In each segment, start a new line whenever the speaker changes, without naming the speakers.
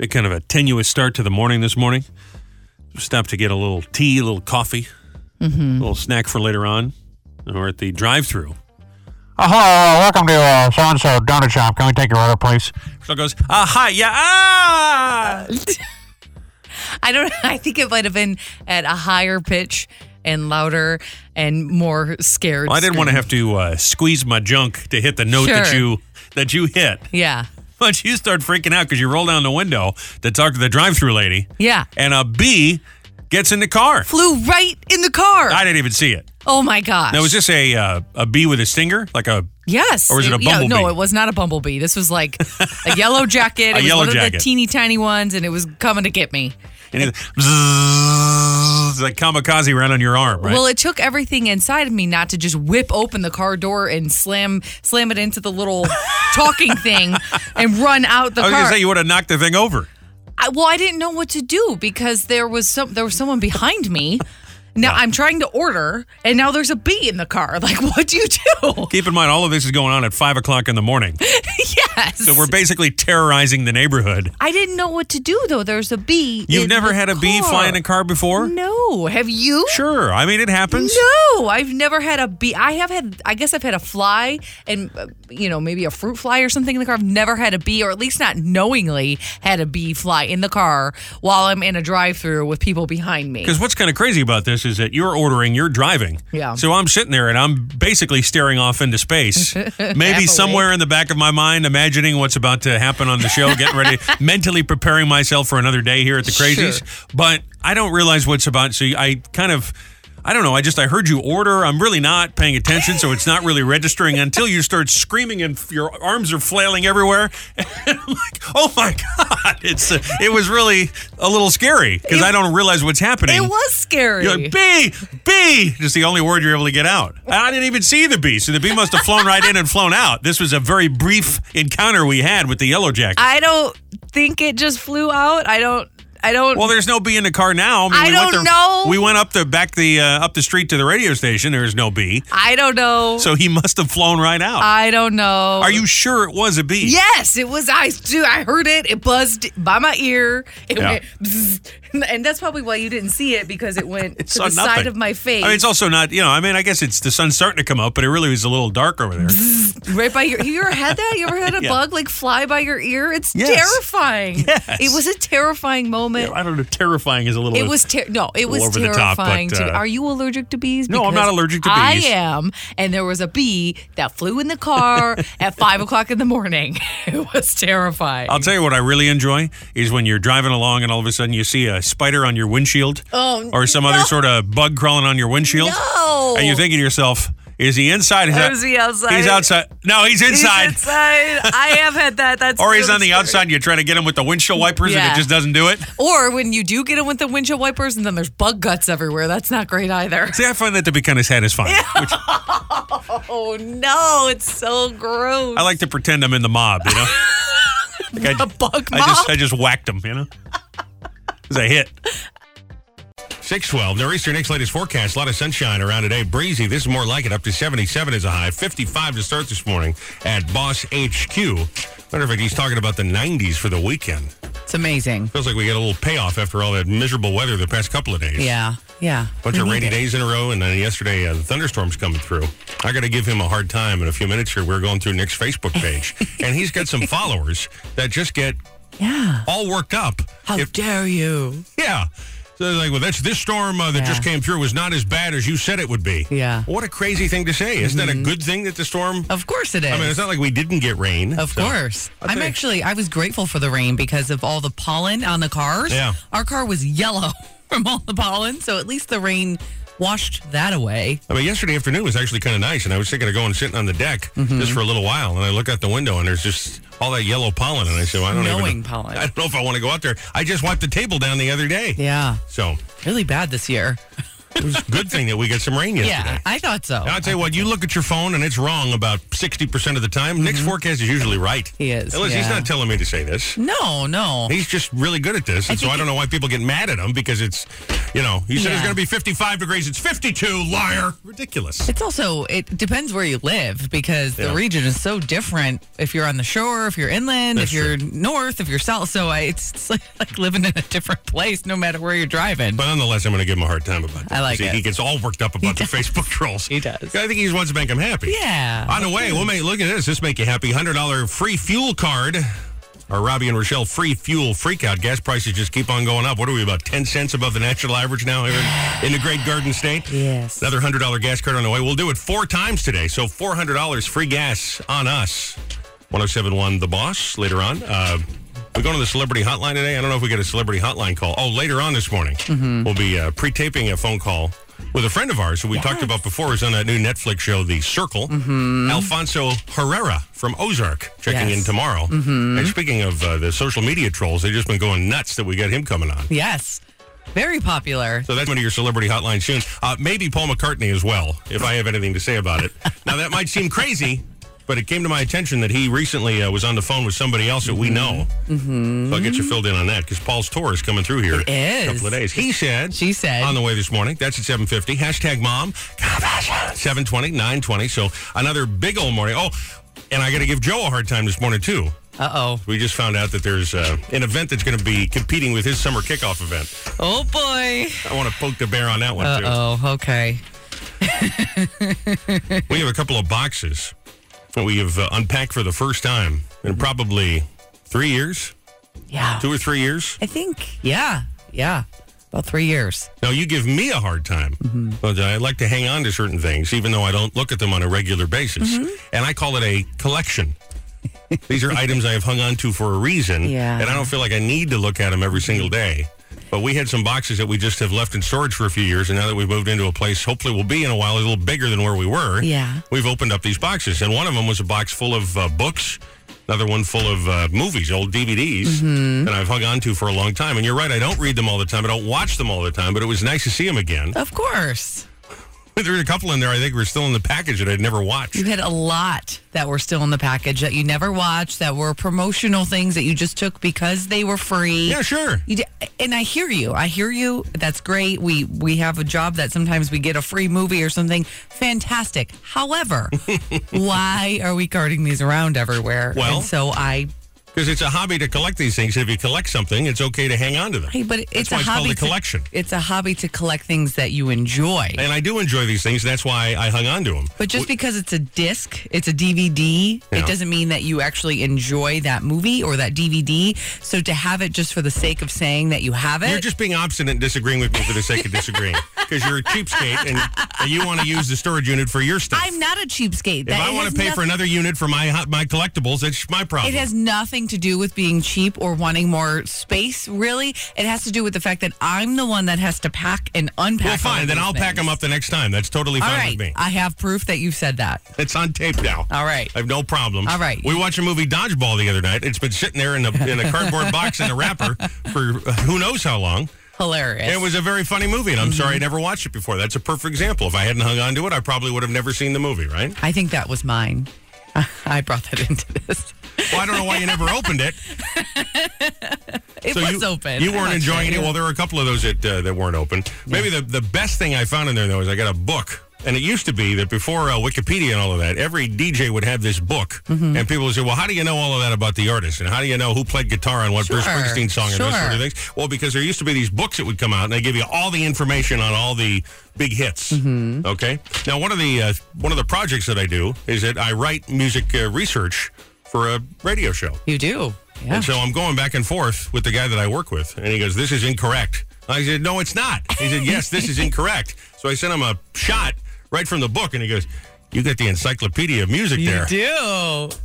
a kind of a tenuous start to the morning this morning. Stopped to get a little tea, a little coffee,
Mm-hmm.
a little snack for later on. And we're at the drive-through.
Uh, hello, uh, welcome to uh, so and so donut shop. Can we take your order, please?
So it goes, ah, hi, yeah, ah.
I don't. I think it might have been at a higher pitch and louder and more scared.
Well, I didn't want to have to uh, squeeze my junk to hit the note that
Sure.
you that you hit.
Yeah,
But you start freaking out because you roll down the window to talk to the drive-through lady.
yeah.
and a bee gets in the car.
Flew right in the car.
I didn't even see it.
oh my gosh!
Now, was this a uh, a bee with a stinger, like a
Yes.
Or was it a
yeah, no,
bumblebee?
it was not a bumblebee. This was like a yellow jacket. It was
yellow
one of
jacket.
the teeny tiny ones, and it was coming to get me.
and it- bzzz, like kamikaze right on your arm, right?
Well, it took everything inside of me not to just whip open the car door and slam slam it into the little talking thing and run out the
I was
car.
gonna say you would have knocked the thing over.
I, well, I didn't know what to do because there was some there was someone behind me. Now I'm trying to order, and now there's a bee in the car. Like, what do you do?
Keep in mind, all of this is going on at five o'clock in the morning,
yes,
so we're basically terrorizing the neighborhood.
I didn't know what to do though. There's a bee.
You've
in
never
the
had a bee
car.
fly in a car before?
No, have you?
Sure, I mean it happens.
No, I've never had a bee. I have had, I guess I've had a fly and, uh, you know, maybe a fruit fly or something in the car. I've never had a bee, or at least not knowingly had a bee fly in the car while I'm in a drive through with people behind me.
Because what's kind of crazy about this is that you're ordering, you're driving.
Yeah.
So I'm sitting there and I'm basically staring off into space. Maybe
awake.
somewhere in the back of my mind, imagining what's about to happen on the show, getting ready, mentally preparing myself for another day here at the Crazies. But I don't realize what's about. So I kind of. I don't know. I just I heard you order. I'm really not paying attention, so it's not really registering until you start screaming and f- your arms are flailing everywhere. And I'm like, oh my god! It's uh, it was really a little scary because I don't realize what's happening.
It was scary.
You're like, bee, bee. Just the only word you're able to get out. And I didn't even see the bee, so the bee must have flown right in and flown out. This was a very brief encounter we had with the yellow jacket.
I don't think it just flew out. I don't, I don't.
well, there's no bee in the car now. mean,
I
we went the-
don't know.
We went up the back the uh, up the street to the radio station. There's no bee,
I don't know.
so he must have flown right out.
I don't know.
Are you sure it was a bee?
Yes, it was. I do. I heard it. It buzzed by my ear. It
Yeah.
went, bzzz. and that's probably why you didn't see it because it went to
saw
the side
nothing.
of my face,
I mean, it's also not, you know, I mean, I guess it's the sun's starting to come up, but it really was a little dark over there.
right by your. You ever had that? You ever had a
Yeah.
bug like fly by your ear? It's
Yes.
terrifying.
Yes.
It was a terrifying moment.
I don't know. Terrifying is a little.
It was ter- no, it was
over the top, but,
terrifying. to
uh,
Are you allergic to bees?
No, I'm not
Because
allergic to bees.
I am, and there was a bee that flew in the car at five o'clock in the morning. It was terrifying.
I'll tell you what I really enjoy is when you're driving along and all of a sudden you see a spider on your windshield
Oh,
or some other sort of bug crawling on your windshield.
No.
And you're thinking to yourself, is he inside? Is
Or
that-
is he outside?
He's outside. No, he's
He's
inside.
inside. I have had that. That's
Or he's
really
on the
scary.
outside and you try to get him with the windshield wipers and
Yeah.
it just doesn't do it.
Or when you do get him with the windshield wipers and then there's bug guts everywhere. That's not great either.
See, I find that to be kind of satisfying. Which
Oh no, it's so gross.
I like to pretend I'm in the mob, you know? Like I-
a bug
I
mop.
just I just whacked him, you know. It was a hit.
612, Nor'easter Nick's latest forecast. A lot of sunshine around today. Breezy, this is more like it. Up to 77 is a high. 55 to start this morning at Boss HQ. Matter of fact, he's talking about the 90s for the weekend.
it's amazing.
Feels like we got a little payoff after all that miserable weather the past couple of days.
Yeah, yeah.
Bunch of rainy days in a row, and then yesterday uh, the thunderstorms coming through. I got to give him a hard time. In a few minutes here, we're going through Nick's Facebook page, and he's got some followers that just get
Yeah.
all worked up.
How
If-
dare you?
yeah. So they're like, well, that's this storm uh, that
Yeah.
just came through was not as bad as you said it would be.
Yeah. Mm-hmm.
What a crazy thing to say! Isn't that a good thing that the storm?
Of course it is.
I mean, it's not like we didn't get rain.
of
so-
course.
I'll
I'm
tell you-
actually, I was grateful for the rain because of all the pollen on the cars.
Yeah.
Our car was yellow from all the pollen. So at least the rain washed that away.
I mean, yesterday afternoon was actually kind of nice, and I was thinking of going sitting on the deck
Mm-hmm.
just for a little while, and I look out the window, and there's just all that yellow pollen, and I said, well, I don't even,
Snowing pollen.
I don't know if I want to go out there. I just wiped the table down the other day.
Yeah.
So
Really bad this year.
it was a good thing that we got some rain yesterday.
Yeah. I thought so.
Now, I'll tell you what, you look at your phone and it's wrong about 60% of the time. Nick's forecast is usually right.
Mm-hmm. He is,
Unless he's
yeah.
not telling me to say this.
no, no.
He's just really good at this. And so
think
I don't know why people get mad at him because it's
You know, you said it's
Yeah.
going to be 55 degrees. It's 52, liar. Ridiculous.
It's also it depends where you live because
Yeah.
the region is so different. If you're on the shore, if you're inland,
That's
if you're north, if you're south, so I, it's, it's like, like living in a different place no matter where you're driviving.
But nonetheless, I'm going to give him a hard time about that.
I like
See,
it.
He gets all worked up about the Facebook trolls.
He does.
I think he just wants to make him happy.
Yeah.
On the way, we'll make, look at this. This make you happy. $100 free fuel card. Our Robbie and Rochelle free fuel freakout. Gas prices just keep on going up. What are we, about 10 cents above the national average now here in, in the Great Garden State?
Yes.
Another $100 gas card on the way. We'll do it four times today. So $400 free gas on us. 1071 The Boss later on. Uh, we're going to the celebrity hotline today. I don't know if we get a celebrity hotline call. Oh, later on this morning, we'll be uh, pre taping a phone call with a friend of ours who we talked about before who's on that new Netflix show, The Circle. Alfonso Herrera from Ozark checking
Yes.
in tomorrow. And speaking of uh, the social media trolls, they've just been going nuts that we got him coming on.
Yes. Very popular.
So that's one of your celebrity hotlines soon. Uh, maybe Paul McCartney as well, if I have anything to say about it. now, that might seem crazy, but it came to my attention that he recently uh, was on the phone with somebody else that we know.
Mm-hmm.
So I'll get you filled in on that because Paul's tour is coming through here in a
is.
couple of days. He said,
She said.
on the way this morning. That's at 750. Hashtag mom. 720, 920. So another big old morning. Oh, and I got to give Joe a hard time this morning, too.
Uh oh.
We just found out that there's uh, an event that's going to be competing with his summer kickoff event.
Oh boy.
I want to poke the bear on that one,
Uh
too.
oh. Okay.
We have a couple of boxes that we have uh, unpacked for the first time in probably three years,
Yeah.
two or three years.
I think. Yeah. Yeah. About three years.
Now, you give me a hard time.
Mm-hmm.
But I like to hang on to certain things, even though I don't look at them on a regular basis.
Mm-hmm.
And I call it a collection. These are items I have hung on to for a reason.
Yeah.
And I don't feel like I need to look at them every single day. But we had some boxes that we just have left in storage for a few years. And now that we've moved into a place, hopefully we'll be in a while, a little bigger than where we were.
Yeah.
We've opened up these boxes. And one of them was a box full of uh, books. Another one full of uh, movies, old DVDs
Mm-hmm.
that I've hung on to for a long time. And you're right, I don't read them all the time. I don't watch them all the time, but it was nice to see them again.
Of course.
There were a couple in there I think were still in the package that I'd never watched.
You had a lot that were still in the package that you never watched, that were promotional things that you just took because they were free.
Yeah, sure.
You d and I hear you. I hear you. That's great. We we have a job that sometimes we get a free movie or something. Fantastic. However, why are we carting these around everywhere?
Well-
and so I.
Because it's a hobby to collect these things. If you collect something, it's okay to hang on to them.
Hey, but it's
why
a
it's called
hobby.
a collection.
To, it's a hobby to collect things that you enjoy.
And I do enjoy these things. That's why I hung on to them.
But just because it's a disc, it's a DVD,
Yeah.
it doesn't mean that you actually enjoy that movie or that DVD. So to have it just for the sake of saying that you have it,
You're just being obstinate and disagreeing with me for the sake of disagreeing. Because you're a cheapskate and, and you want to use the storage unit for your stuff.
I'm not a cheapskate.
if I want to pay for another unit for my hot- my collectibles, that's my problem.
It has nothing to do with being cheap or wanting more space, really. It has to do with the fact that I'm the one that has to pack and unpack.
well, fine. Then I'll pack them up the next time. That's totally
All
fine
right.
with me.
I have proof that you've said that.
It's on tape now.
All right.
I have no problem.
All right.
We watched a movie Dodgeball the other night. It's been sitting there in a, in a cardboard box in a wrapper for uh, who knows how long.
Hilarious.
It was a very funny movie, and I'm sorry I
Mm-hmm.
never watched it before. That's a perfect example. If I hadn't hung on to it, I probably would have never seen the movie, right?
I think that was mine. I brought that into this.
Well, I don't know why you never opened it.
It
So
was
you,
open.
You
I'm
weren't
not
enjoying
saying-
it. Well, there were a couple of those that uh, that weren't open. Maybe the the best thing I found in there though is I got a book. And it used to be that before uh, Wikipedia and all of that, every DJ would have this book,
Mm-hmm.
and people would say, "Well, how do you know all of that about the artist, and how do you know who played guitar on what Bruce
Sure,
Springsteen song and those sort of
sure.
things?" Well, because there used to be these books that would come out, and they give you all the information on all the big hits.
Mm-hmm.
Okay. Now, one of the uh, one of the projects that I do is that I write music uh, research for a radio show.
You do. Yeah.
And so I'm going back and forth with the guy that I work with. And he goes, This is incorrect. I said, No, it's not. He said, Yes, this is incorrect. So I sent him a shot right from the book. And he goes, You got the encyclopedia of music there.
You do.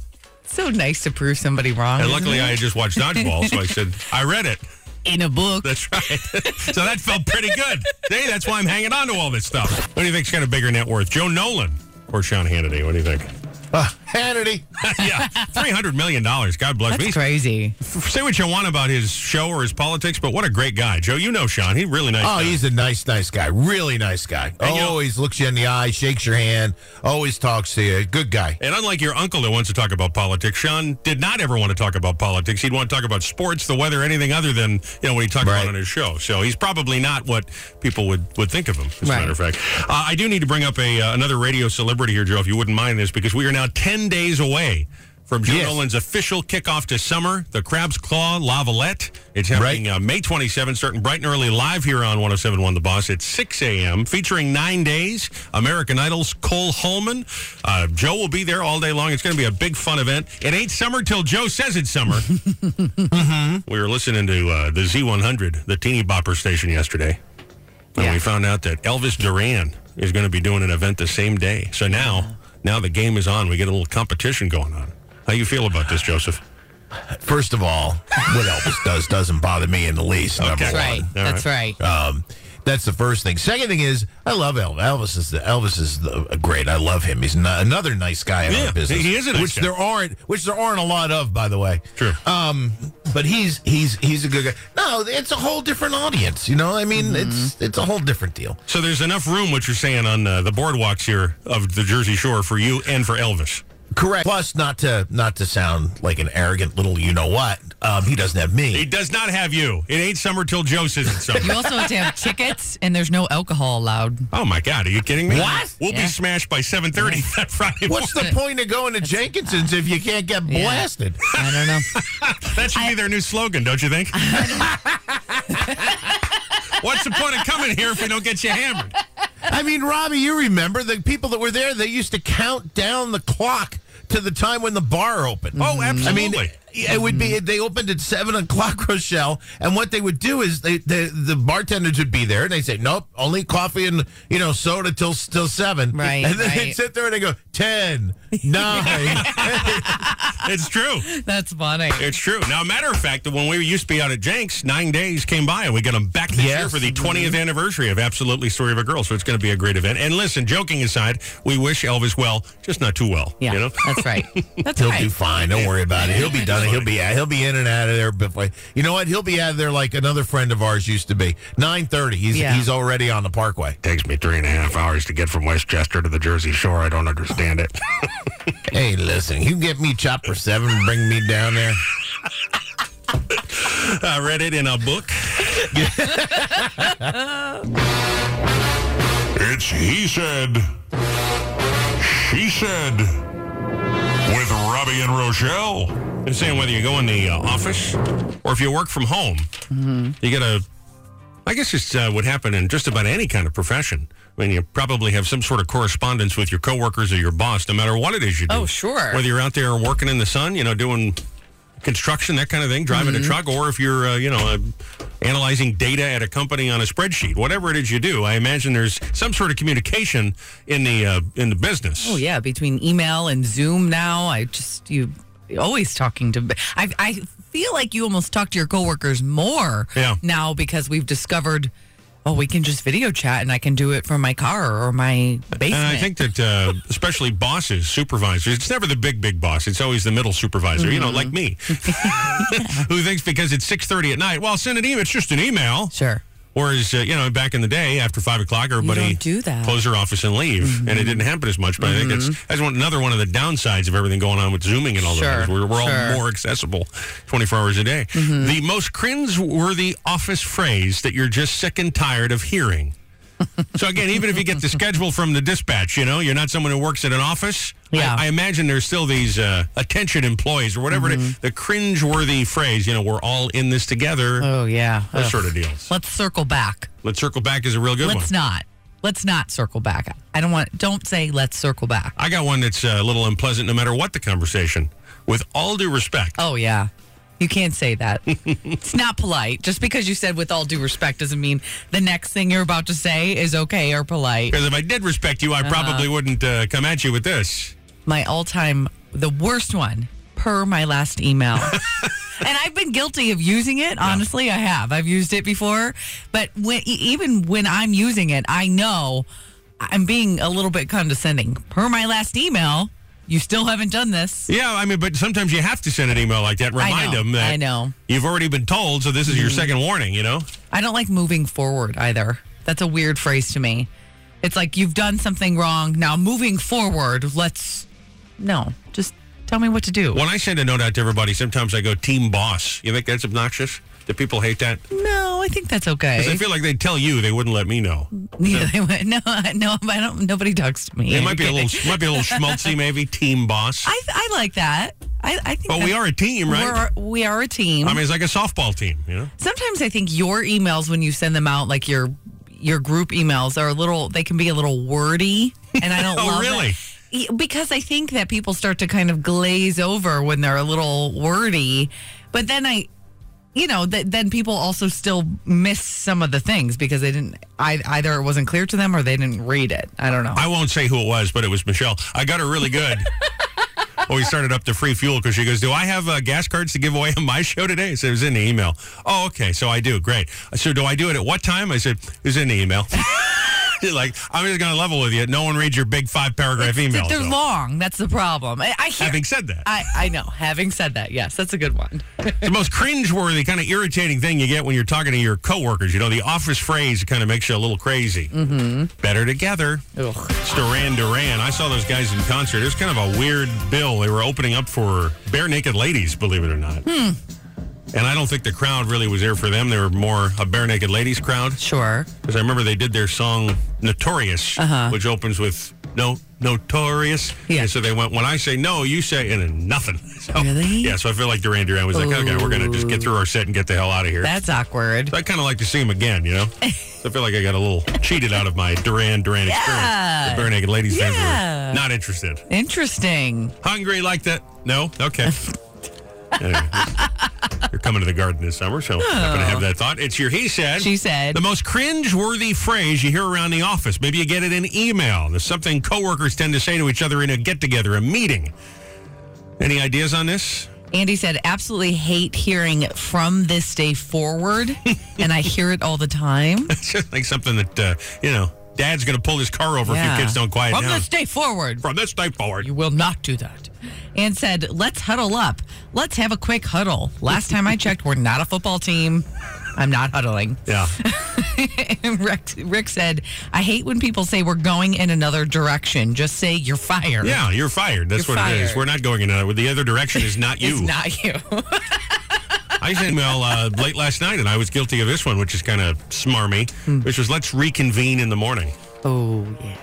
So nice to prove somebody wrong.
And
isn't
luckily,
it?
I had just watched Dodgeball. So I said, I read it.
in a book.
That's right. so that felt pretty good. See, that's why I'm hanging on to all this stuff. What do you think's got a bigger net worth, Joe Nolan or Sean Hannity? What do you think? Uh, Hannity. yeah, $300 million. God bless me.
That's
He's-
crazy.
Say what you want about his show or his politics, but what a great guy. Joe, you know Sean. He really nice
Oh,
guy.
he's a nice, nice guy. Really nice guy.
you know-
Always looks you in the eye, shakes your hand, always talks to you. Good guy.
And unlike your uncle that wants to talk about politics, Sean did not ever want to talk about politics. He'd want to talk about sports, the weather, anything other than you know what he talked about
Right.
on his show. So he's probably not what people would, would think of him. As a
Right.
matter of fact, uh, I do need to bring up a uh, another radio celebrity here, Joe, if you wouldn't mind this, because we are now ten days away from Joe
Yes.
Nolan's official kickoff to summer, the Crab's Claw Lavalette. It's happening
Right.
uh, May 27th, starting bright and early live here on 1071 The Boss at 6 a.m., featuring nine days, American Idol's Cole Holman. Uh, Joe will be there all day long. It's going to be a big fun event. It ain't summer till Joe says it's summer. We were listening to uh, the Z100, the teeny bopper station yesterday, and we found out that Elvis Duran is going to be doing an event the same day. So now, now the game is on. We get a little competition going on. How you feel about this, Joseph?
First of all, what Elvis does doesn't bother me in the least. Number
Okay.
one.
That's
All
right.
right.
That's right.
Um, that's the first thing. Second thing is, I love Elvis. Elvis is the, Elvis is the, uh, great. I love him. He's no- another nice guy in
Yeah,
our business.
he is a nice
which
guy.
there aren't, which there aren't a lot of, by the way.
True.
Um, but he's he's he's a good guy. No, it's a whole different audience. You know, I mean,
Mm-hmm.
it's it's a whole different deal.
So there's enough room, what you're saying, on uh, the boardwalks here of the Jersey Shore for you and for Elvis.
Correct. Plus, not to not to sound like an arrogant little you know what. Um, he doesn't have me.
He does not have you. It ain't summer till Joe says it's
You
summer.
also have to have tickets, and there's no alcohol allowed.
oh my God, are you kidding me?
What?
We'll
Yeah.
be smashed by 7:30 that Friday.
What's the
morning.
point of going to Jenkinson's if you can't get
Yeah.
blasted?
I don't know.
That should be their new slogan, don't you think? What's the point of coming here if we don't get you hammered?
I mean, Robbie, you remember the people that were there? They used to count down the clock to the time when the bar opened.
Oh,
I mean,
absolutely.
it would be they opened at seven o'clock, Rochelle, and what they would do is they, the the bartenders would be there and they would say, "Nope, only coffee and you know soda till till seven.
Right,
and then they'd
right.
sit there and they go ten, nine.
it's true.
That's funny.
It's true. Now, matter of fact, that when we used to be out at Jenks, nine days came by, and we got them back this year
Yes.
for the 20th anniversary of Absolutely Story of a Girl. So it's going to be a great event. And listen, joking aside, we wish Elvis well, just not too well.
Yeah,
You know?
that's right. That's
He'll
right.
do fine. Don't worry about it. He'll be done. He'll be he'll be in and out of there before. You know what? He'll be out of there like another friend of ours used to be. Nine thirty. He's
Yeah.
he's already on the Parkway.
Takes me three and a half hours to get from Westchester to the Jersey Shore. I don't understand it.
Hey, listen. You get me chopper seven. and Bring me down there.
I read it in a book.
It's He Said, She Said, with Robbie and Rochelle.
They're saying whether you go in the uh, office or if you work from home,
Mm-hmm.
you got to. I guess it's uh, would happen in just about any kind of profession. I mean, you probably have some sort of correspondence with your coworkers or your boss, no matter what it is you do.
Oh, sure.
Whether you're out there working in the sun, you know, doing construction, that kind of thing, driving
Mm-hmm.
a truck, or if you're, uh, you know, uh, analyzing data at a company on a spreadsheet, whatever it is you do, I imagine there's some sort of communication in the uh, in the business.
Oh yeah, between email and Zoom now, I just you you're always talking to. I I feel like you almost talk to your coworkers more
Yeah.
now because we've discovered. Oh, we can just video chat, and I can do it from my car or my basement.
And I think that uh, especially bosses, supervisors, it's never the big, big boss. It's always the middle supervisor, you know, like me,
Mm-hmm.
who thinks because it's 6.30 at night, well, send an email. It's just an email.
sure.
Whereas, uh, you know, back in the day, after 5 o'clock, everybody
don't do that.
close their office and leave. And it
Mm-hmm.
didn't happen as much. But I think that's, that's one, another one of the downsides of everything going on with Zooming and all
Sure,
that. We're, we're
sure. Mm-hmm.
all more accessible 24 hours a day. The most cringe-worthy office phrase that you're just sick and tired of hearing. So again, even if you get the schedule from the dispatch, you know you're not someone who works at an office. I-
Yeah.
I, imagine there's still these uh, attention employees or whatever
Mm-hmm.
it is, the cringe-worthy phrase. You know, we're all in this together.
Oh yeah.
those
Ugh.
sort of deals.
Let's circle back.
Let's circle back is a real good
let's
one.
not. Let's not circle back. I don't want. Don't say let's circle back.
I got one that's uh, a little unpleasant, no matter what the conversation. With all due respect,
Oh yeah. You can't say that. it's not polite. Just because you said with all due respect doesn't mean the next thing you're about to say is okay or polite.
because if I did respect you, I
Uh-huh.
probably wouldn't uh, come at you with this.
my all time, the worst one, per my last email. and I've been guilty of using it. Honestly, I have. I've used it before. But when, e- even when I'm using it, I know I'm being a little bit condescending. Per my last email, You still haven't done this.
Yeah, I mean, but sometimes you have to send an email like that. Remind
know,
them that
I know.
you've already been told, so this is your second warning. You know,
I don't like moving forward either. That's a weird phrase to me. It's like you've done something wrong. Now moving forward, let's no. Just tell me what to do.
when I send a note out to everybody, sometimes I go team boss. You think that's obnoxious? Do people hate that? 'Cause
No, I think that's
I
okay.
feel like they'd tell you, they wouldn't let me know.
Yeah, they went, no, I- no, I don't. Nobody talks to me.
It might be a little, might be a little schmaltzy, maybe team boss.
I, I like that. I, I think.
but we
that-
are a team, right?
We're, we are a team.
I mean, it's like a softball team. You know,
sometimes I think your emails when you send them out, like your your group emails, are a little. They can be a little wordy, and I don't.
Oh,
love
really?
that. Y- Because I think that people start to kind of glaze over when they're a little wordy, but then I, you know, th- then people also still miss some of the things because they didn't. I either it wasn't clear to them or they didn't read it. I don't know.
I won't say who it was, but it was Michelle. I got her really good. well, we started up the free fuel because she goes, "Do I have uh, gas cards to give away on my show today?" I said, "It was in the email." Oh, okay, so I do. Great. So do I do it at what time? I said, "It was in the email." She's like, I'm just going to level with you. No one reads your big five paragraph
It's-
email.
They're
so.
long. That's the problem. I, I hear.
Having said that,
I, I know. Having said that, yes, that's a good one.
It's the most cringeworthy, kind of irritating thing you get when you're talking to your coworkers. You know, the office phrase kind of makes you a little crazy. Mm-hmm. Better together.
Ugh.
It's Duran Duran. I saw those guys in concert. It was kind of a weird bill. They were opening up for bare naked ladies, believe it or not.
Hmm.
And I don't think the crowd really was there for them. They were more a bare naked ladies crowd.
Sure.
Because I remember they did their song Notorious,
Uh-huh.
which opens with no notorious.
Yeah.
And so they went, when I say no, you say, and then nothing. So,
Really?
Oh, Yeah, so I feel like Duran Duran was like, okay, we're going to just get through our set and get the hell out of here.
That's awkward.
So I kind of like to see him again, you know? So I feel like I got a little cheated out of my Duran Duran
Yeah.
experience. The Bare Naked Ladies
Yeah.
fans were not interested.
Interesting.
Hungry like that? No? Okay. Anyway, you're coming to the garden this summer, so I'm going to have that thought. It's your he said.
Oh. She said.
The most cringe-worthy phrase you hear around the office. Maybe you get it in email. There's something coworkers tend to say to each other in a get-together, a meeting. Any ideas on this?
Andy said, absolutely hate hearing from this day forward. and I hear it all the time.
It's just like something that, uh, you know, dad's going to pull his car over if
Yeah.
your kids don't quiet
From
down.
this day forward,
From this day forward.
you will not do that. And said, let's huddle up. Let's have a quick huddle. Last time I checked, we're not a football team. I'm not huddling.
Yeah.
Rick, Rick said, I hate when people say we're going in another direction. Just say you're fired.
Yeah, you're fired. That's
You're
what it is.
fired.
We're not going in another. The other direction is not you.
It's not you.
I sent an email uh, late last night, and I was guilty of this one, which is kind of smarmy, which was let's reconvene in the morning.
oh, yeah.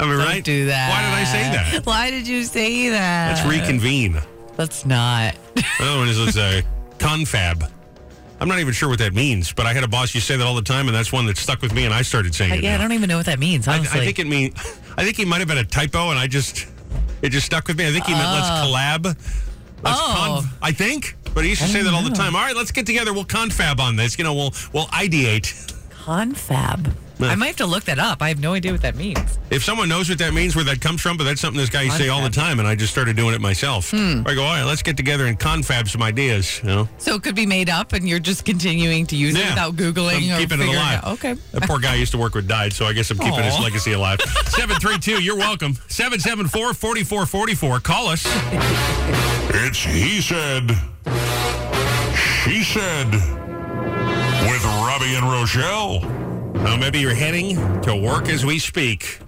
I mean,
Don't
right?
do that.
Why did I say that?
Why did you say that?
Let's reconvene.
That's not.
Another one is this, uh, confab. I'm not even sure what that means, but I had a boss used to say that all the time, and that's one that stuck with me, and I started saying it.
Yeah, I
now.
don't even know what that means.
I,
Honestly,
I think it mean. I think he might have been a typo, and I just it just stuck with me. I think he meant let's collab. Let's
Oh.
conf- I Oh. think, but he used to say that all the time. All right, let's get together. We'll confab on this. You know, we'll we'll ideate.
confab. I might have to look that up. I have no idea what that means.
If someone knows what that means, where that comes from, but that's something this guy used to say all the time, and I just started doing it myself. I go, all right, let's get together and confab some ideas. You know,
So it could be made up, and you're just continuing to use it
Yeah.
without googling
I'm
or
keeping it
figuring
alive.
out. Okay.
That poor guy I used to work with died, so I guess I'm keeping his
Aw.
legacy alive. 732, you're welcome. 774 4444. Call us.
It's He Said, She Said with Robbie and Rochelle.
Uh, maybe you're heading to work as we speak.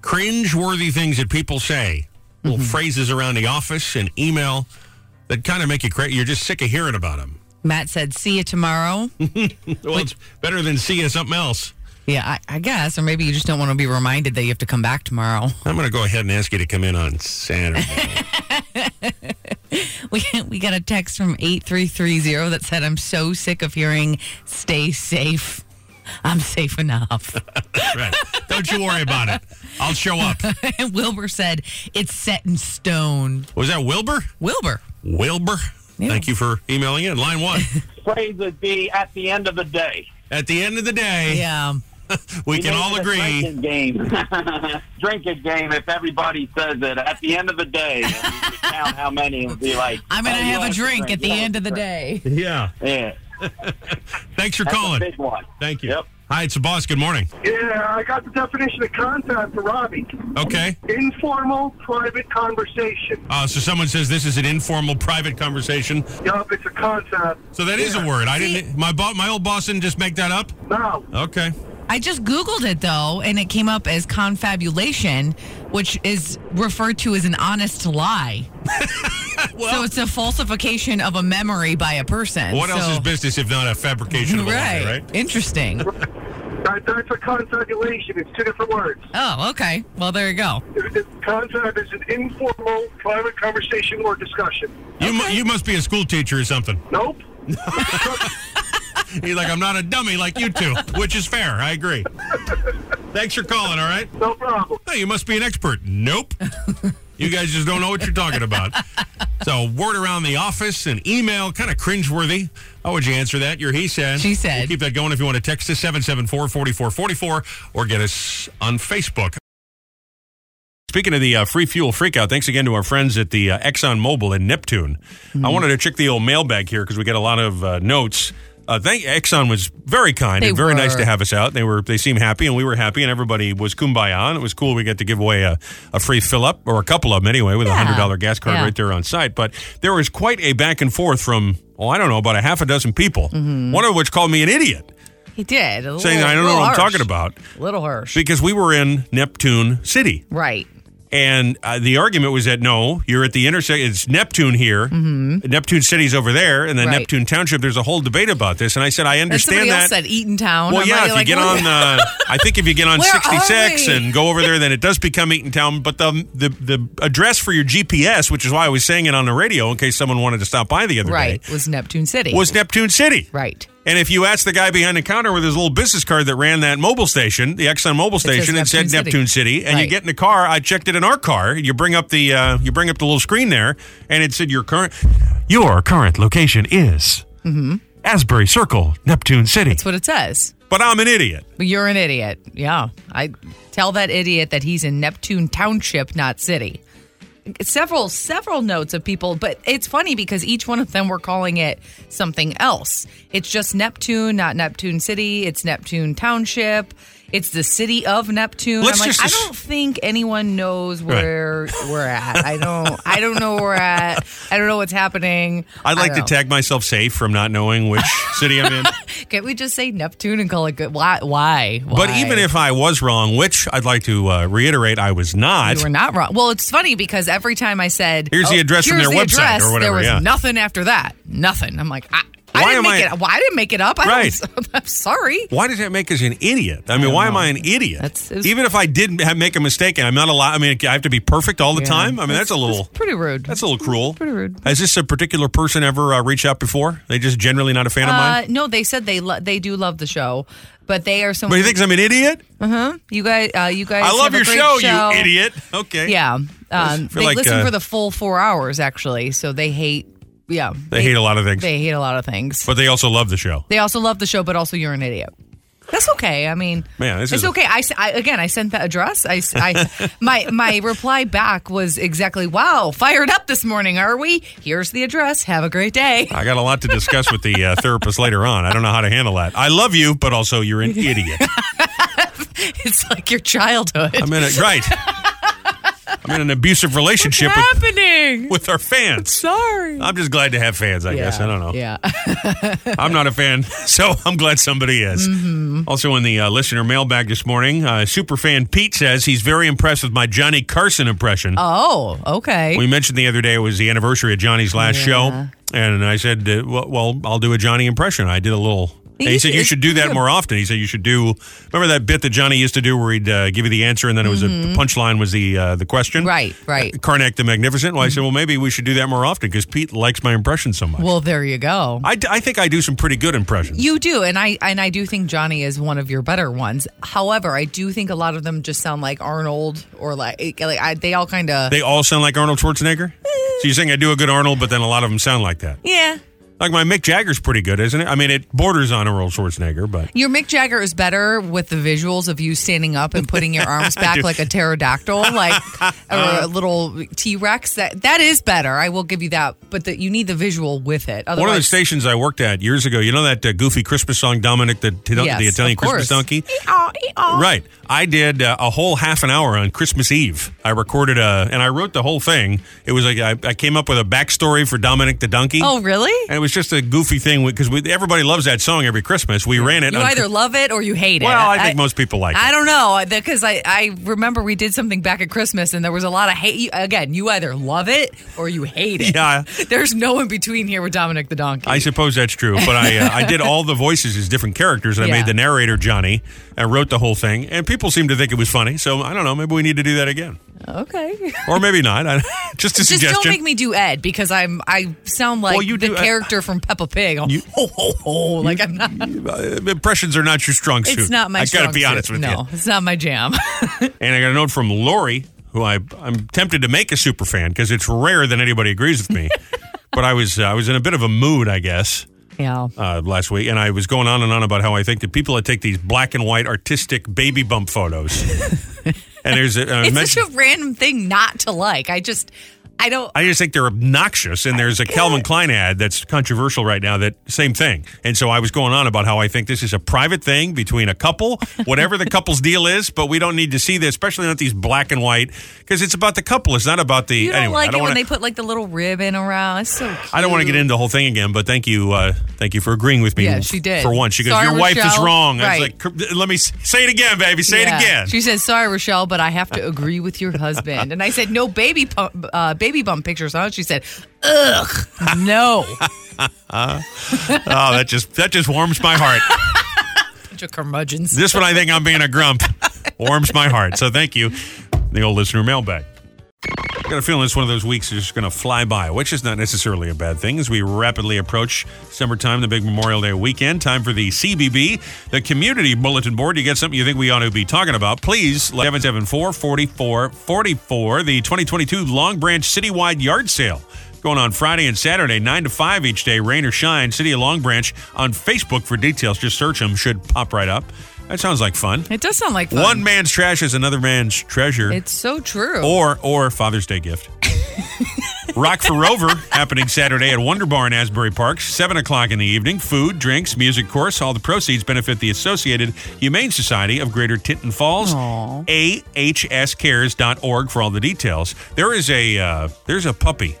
Cringe-worthy things that people say, little phrases around the office and email that kind of make you crazy. You're just sick of hearing about them.
Matt said, "See you tomorrow."
Well, it's better than seeing something else.
yeah, I, I guess, or maybe you just don't want to be reminded that you have to come back tomorrow.
I'm going to go ahead and ask you to come in on Saturday.
We we got a text from eight three three zero that said, "I'm so sick of hearing, stay safe." I'm safe enough.
right. Don't you worry about it. I'll show up.
and Wilbur said, "It's set in stone."
Was that Wilbur?
Wilbur.
Wilbur.
Yeah.
Thank you for emailing in. Line one.
phrase would be at the end of the day.
At the end of the day,
Yeah.
we
You
can
know,
all
it's a
agree.
Drinking game. drinking game. If everybody says it at the end of the day, and you can count how many and be like,
I'm going
oh,
to
you
have
want
a drink at the
You
end of
want
the
a
day.
Yeah.
drink. Yeah,
Thanks for
that's a
calling.
big one.
Thank you.
Yep.
Hi, it's the boss. Good morning.
Yeah, I got the definition of contact for Robbie.
Okay.
Informal, private conversation.
Uh, so someone says this is an informal, private conversation.
Yup, it's a contact.
So that is
Yeah.
a word. I didn't. My bo- my old boss didn't just make that up.
No.
Okay.
I just Googled it though, and it came up as confabulation, which is referred to as an honest lie. so it's a falsification of a memory by a person.
What else
So-
is business if not a fabrication of a lie? Right.
Interesting.
That, that's a contactulation. It's two different words.
oh, okay. Well, there you go.
Contact is an informal, private conversation or discussion.
You mu- you must be a school teacher or something.
Nope.
He's like, I'm not a dummy like you two, which is fair. I agree. Thanks for calling. All right.
No problem.
No, you must be an expert. Nope. You guys just don't know what you're talking about. So, word around the office and email, kind of cringeworthy. How would you answer that? Your he said.
She said.
We'll keep that going if you want to text us 774 4444 or get us on Facebook. Speaking of the uh, free fuel freakout, thanks again to our friends at the uh, Exxon Mobil in Neptune. I wanted to check the old mailbag here because we get a lot of uh, notes. Uh, thank Exxon was very kind
They
and very nice
were.
to have us out. They were they seemed happy and we were happy and everybody was kumbaya. And it was cool. We got to give away a, a free fill up or a couple of them anyway with a
Yeah.
hundred dollar gas card
Yeah.
right there on site. But there was quite a back and forth from oh I don't know about a half a dozen people.
Mm-hmm.
One of which called me an idiot,
He did. a
saying
little-
I don't know
little
what I'm
harsh.
talking about
Little harsh.
because we were in Neptune City.
right.
And uh, the argument was that no, you're at the intersection. It's Neptune here. Neptune City's over there, and then
Mm-hmm. Right.
Neptune Township. There's a whole debate about this. And I said, I
And
understand
somebody else
that.
said Eatontown.
well,
I'm
yeah,
like-
if you
like,
get
what-
on, uh, I think if you get on
Where are
66
we?
and go over there, then it does become Eatontown. But the, the the address for your GPS, which is why I was saying it on the radio in case someone wanted to stop by the other
Right.
day,
Was Neptune City.
was Neptune City.
Right.
And if you asked the guy behind the counter with his little business card that ran that mobile station, the Exxon mobile
says
station, it said
Neptune City.
Neptune City, and you
Right.
get in the car. I checked it in our car. You bring up the uh, you bring up the little screen there, and it said your current your current location is
Mm-hmm.
Asbury Circle, Neptune City.
That's what it says.
But I'm an idiot.
But you're an idiot. Yeah. I tell that idiot that he's in Neptune Township, not city. Several, several notes of people, but it's funny because each one of them were calling it something else. It's just Neptune, not Neptune City. It's Neptune Township. It's the city of Neptune.
Let's
I'm like,
just
I
ass-
don't think anyone knows where we're at. I don't. I don't know where we're at. I don't know what's happening.
I'd like to
tell.
tag myself safe from not knowing which city I'm in.
Can't we just say Neptune and call it good? Why? Why?
But
Why?
even if I was wrong, which I'd like to uh, reiterate, I was
You
not.
were not wrong. Well, it's funny because every time I said, "Oh,
Here's the address from
here's
their
the
website or
address,
whatever,
There was
yeah.
nothing after that. Nothing. I'm like, I,
Why
I didn't
am
make
I-
it. Well, I didn't make it up. I
Right.
don't- I'm sorry.
Why does that make us an idiot? I mean, why am I an idiot?
That's- it was-
Even if I did ha- make a mistake, and I'm not allowed. I mean, I have to be perfect all the time. I mean, that's, a little.
It's pretty rude.
that's a little cruel.
pretty rude.
Has this a particular person ever uh, reached out before? They just generally not a fan of
uh,
mine.
no, they said they lo- they do love the show, but they are
But
someone.
he thinks I'm an idiot.
you guys, uh, you guys.
I love
have a
your
great
show, you idiot. Okay.
Yeah, um,
feel
they
like,
listen
uh,
for the full four hours actually, so they hate. Yeah,
They hate a lot of things,
they hate a lot of things.
but they also love the show.
They also love the show, but also you're an idiot. That's okay. I mean,
Man, this
it's
is-
okay. I, s- I- again, I sent the address. I, s- I- my my reply back was exactly, "Wow, fired up this morning, are we? Here's the address. Have a great day."
I got a lot to discuss with the uh, therapist later on. I don't know how to handle that. I love you, but also you're an idiot.
It's like your childhood.
I'm in a right. I'm in an abusive
What's
relationship with,
happening?
with our fans.
Sorry.
I'm just glad to have fans, I guess. I don't know.
Yeah.
I'm not a fan, so I'm glad somebody is.
Mm-hmm.
Also, in the uh, listener mailbag this morning, uh, superfan Pete says he's very impressed with my Johnny Carson impression.
Oh, okay.
We mentioned the other day it was the anniversary of Johnny's last show, and I said, uh, well, well, I'll do a Johnny impression. I did a little. And he
You
said
should-
you should do that
yeah.
more often. He said you should do. Remember that bit that Johnny used to do, where he'd uh, give you the answer, and then it was a, the punchline was the uh, the question.
Mm-hmm. Right, Mm-hmm. right.
Karnak the Magnificent. Well, I said, well, maybe we should do that more often because Pete likes my impression so much.
well, there you go.
I, d- I think I do some pretty good impressions.
You do, and I and I do think Johnny is one of your better ones. However, I do think a lot of them just sound like Arnold or like like I, they all kind of
They all sound like Arnold Schwarzenegger. So you're saying I do a good Arnold, but then a lot of them sound like that.
yeah.
Like my Mick Jagger's pretty good, isn't it? I mean, it borders on Arnold Schwarzenegger, but
Your Mick Jagger is better with the visuals of you standing up and putting your arms back like a pterodactyl, like
Uh-huh.
or a little T Rex. That that is better. I will give you that, but that you need the visual with it. Otherwise,
one of the stations I worked at years ago, you know that uh, goofy Christmas song, Dominic the, the
Yes,
Italian
of course.
Christmas donkey? Right. I did uh, a whole half an hour on Christmas Eve. I recorded a, and I wrote the whole thing. It was like I, I came up with a backstory for Dominic the donkey.
oh really?
And it was just a goofy thing because everybody loves that song every Christmas. We ran it.
You
on-
either love it or you hate it.
Well, I think most people like
I
it.
don't know because I, I remember we did something back at Christmas and there was a lot of hate. You- Again, you either love it or you hate it.
Yeah.
There's no in between here with Dominic the Donkey.
I suppose that's true, but I uh, I did all the voices as different characters, and I
Yeah.
made the narrator Johnny, and wrote the whole thing, and people seem to think it was funny. So I don't know, maybe we need to do that again,
okay.
or maybe not. I, just a
Just
suggestion.
don't make me do Ed because I'm I sound like
Well, you
the
do- uh, I-
character from Peppa Pig. I'm, ho ho ho! Like I'm not.
Uh, impressions are not your strong suit.
It's not my.
I gotta
strong
be
suit.
honest with
No,
you.
it's not my jam.
And I got a note from Lori, who I I'm tempted to make a super fan because it's rare that anybody agrees with me. but I was uh, I was in a bit of a mood, I guess.
yeah.
uh, last week, and I was going on and on about how I think that people that take these black and white artistic baby bump photos, and there's a, I
It's
mentioned-
such a random thing not to like. I just I don't.
I just think they're obnoxious, and there's a Calvin Klein ad that's controversial right now. That same thing, and so I was going on about how I think this is a private thing between a couple, whatever the couple's deal is. But we don't need to see this, especially not these black and white, because it's about the couple. It's not about the
you don't
anyway.
like
I don't
it
wanna,
when they put like the little ribbon around. It's so cute.
I don't want to get into the whole thing again, but thank you, uh, thank you for agreeing with me.
Yeah, she did.
for once. She goes,
Sorry,
"Your wife is
Rochelle."
wrong." I was
Right.
like, "Let me s- say it again, baby. Say
Yeah.
it again."
She said, "Sorry, Rochelle, but I have to agree with your husband." And I said, "No baby pump, uh, baby bump pictures." Huh? She said, "Ugh, no."
oh, that just that just warms my heart.
Bunch of curmudgeons.
this one, I think I'm being a grump. Warms my heart. So thank you, the old listener mailbag. I got a feeling it's one of those weeks that's just going to fly by, which is not necessarily a bad thing as we rapidly approach summertime, the big Memorial Day weekend. Time for the CBB, the Community Bulletin Board. You get something you think we ought to be talking about, please, 774 4444, the 2022 Long Branch Citywide Yard Sale. Going on Friday and Saturday, 9 to 5 each day, rain or shine, City of Long Branch on Facebook for details. Just search them, should pop right up. That sounds like fun.
It does sound like fun.
One man's trash is another man's treasure.
It's so true.
Or or Father's Day gift. Rock for Rover happening Saturday at Wonder Bar in Asbury Park, seven o'clock in the evening. Food, drinks, music course. All the proceeds benefit the Associated Humane Society of Greater Tinton Falls. AHScares.org for all the details. There is a uh, there's a puppy.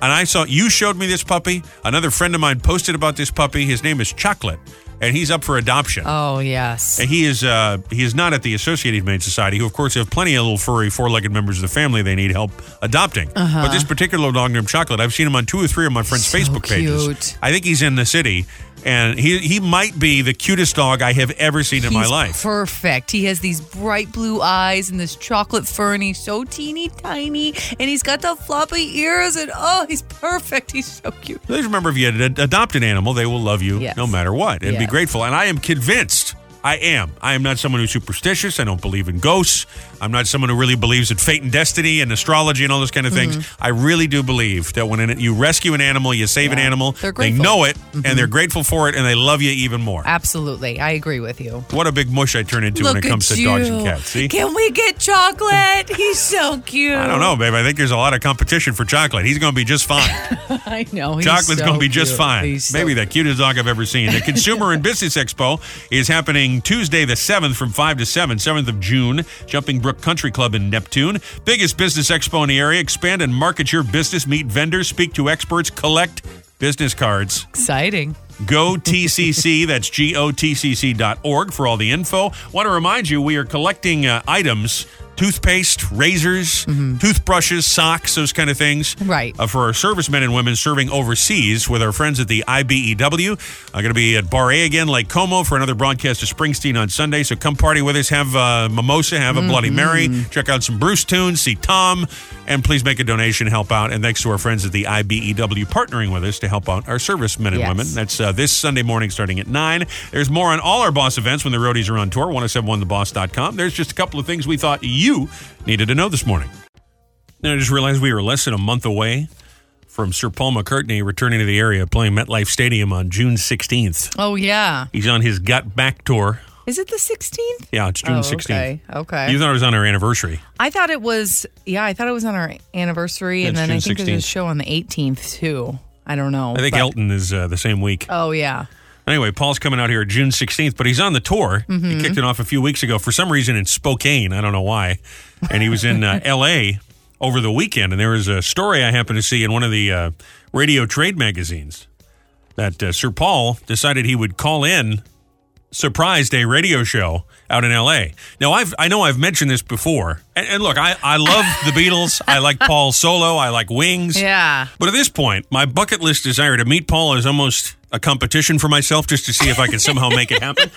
And I saw you showed me this puppy. Another friend of mine posted about this puppy. His name is Chocolate, and he's up for adoption.
oh yes.
And he is uh, he is not at the Associated Humane Society, who of course have plenty of little furry four-legged members of the family they need help adopting. But this particular dog named Chocolate, I've seen him on two or three of my friends'
Uh-huh. So
Facebook pages.
cute.
I think he's in the city, and he he might be the cutest dog I have ever seen in my
He's
life.
Perfect. He has these bright blue eyes and this chocolate fur, and he's so teeny tiny, and he's got the floppy ears, and oh, he's perfect. He's so cute.
Please remember, if you ad- adopt an animal, they will love you
Yes.
no matter what and be
Yes.
grateful. And I am convinced. I am. I am not someone who's superstitious. I don't believe in ghosts. I'm not someone who really believes in fate and destiny and astrology and all those kind of things.
Mm-hmm.
I really do believe that when an, you rescue an animal, you save an animal,
They're
they
grateful. Mm-hmm.
know it and they're grateful for it and they love you even more.
Absolutely, I agree with you.
What a big mush I turn into when
Look
it comes
at
to dogs and
you.
cats. See?
Can we get chocolate? He's so cute.
I don't know, babe. I think there's a lot of competition for chocolate. He's going to be just fine.
I know. he's
Chocolate's
so
going to be just
cute.
fine.
He's so
Maybe the cutest dog I've ever seen. The Consumer and Business Expo is happening Tuesday the 7th from 5 to 7, 7th of June, Jumping Brook Country Club in Neptune. Biggest business expo in the area. Expand and market your business, meet vendors, speak to experts, collect business cards.
exciting.
Go TCC, that's gotcc.org for all the info. Want to remind you, we are collecting uh, items. Toothpaste, razors, toothbrushes, socks, those kind of things.
Right.
Uh, for our servicemen and women serving overseas with our friends at the E IBEW. I'm going to Uh, be at Bar A again, Lake Como, for another broadcast of Springsteen on Sunday. So come party with us, have a mimosa, have a Bloody Mary, check out some Bruce tunes, see Tom, and please make a donation, help out. And thanks to our friends at the IBEW partnering with us to help out our servicemen and
Yes.
women. That's uh, this Sunday morning starting at 9. There's more on all our Boss events when the roadies are on tour, 1071theboss.com. There's just a couple of things we thought you needed to know this morning. And I just realized we were less than a month away from Sir Paul McCartney returning to the area playing MetLife Stadium on June 16th.
Oh yeah.
He's on his Got Back tour.
Is it the 16th?
Yeah, it's June
Oh,
16th.
okay. Okay.
Mm, You thought it was on our anniversary.
I thought it was yeah, I thought it was on our anniversary and
It's
then I
June
think there's a
16th.
show on the 18th too. I don't know.
I think
but-
Elton is uh, the same week.
Oh yeah.
Anyway, Paul's coming out here June 16th, but he's on the tour. He kicked it off a few weeks ago for some reason in Spokane. I don't know why. And he was in uh, L.A. over the weekend. And there was a story I happened to see in one of the uh, radio trade magazines that uh, Sir Paul decided he would call in surprised a radio show out in L.A. Now I've I know I've mentioned this before, and, and look, I I love the Beatles. I like Paul solo. I like Wings.
Yeah.
But at this point, my bucket list desire to meet Paul is almost a competition for myself, just to see if I can somehow make it happen.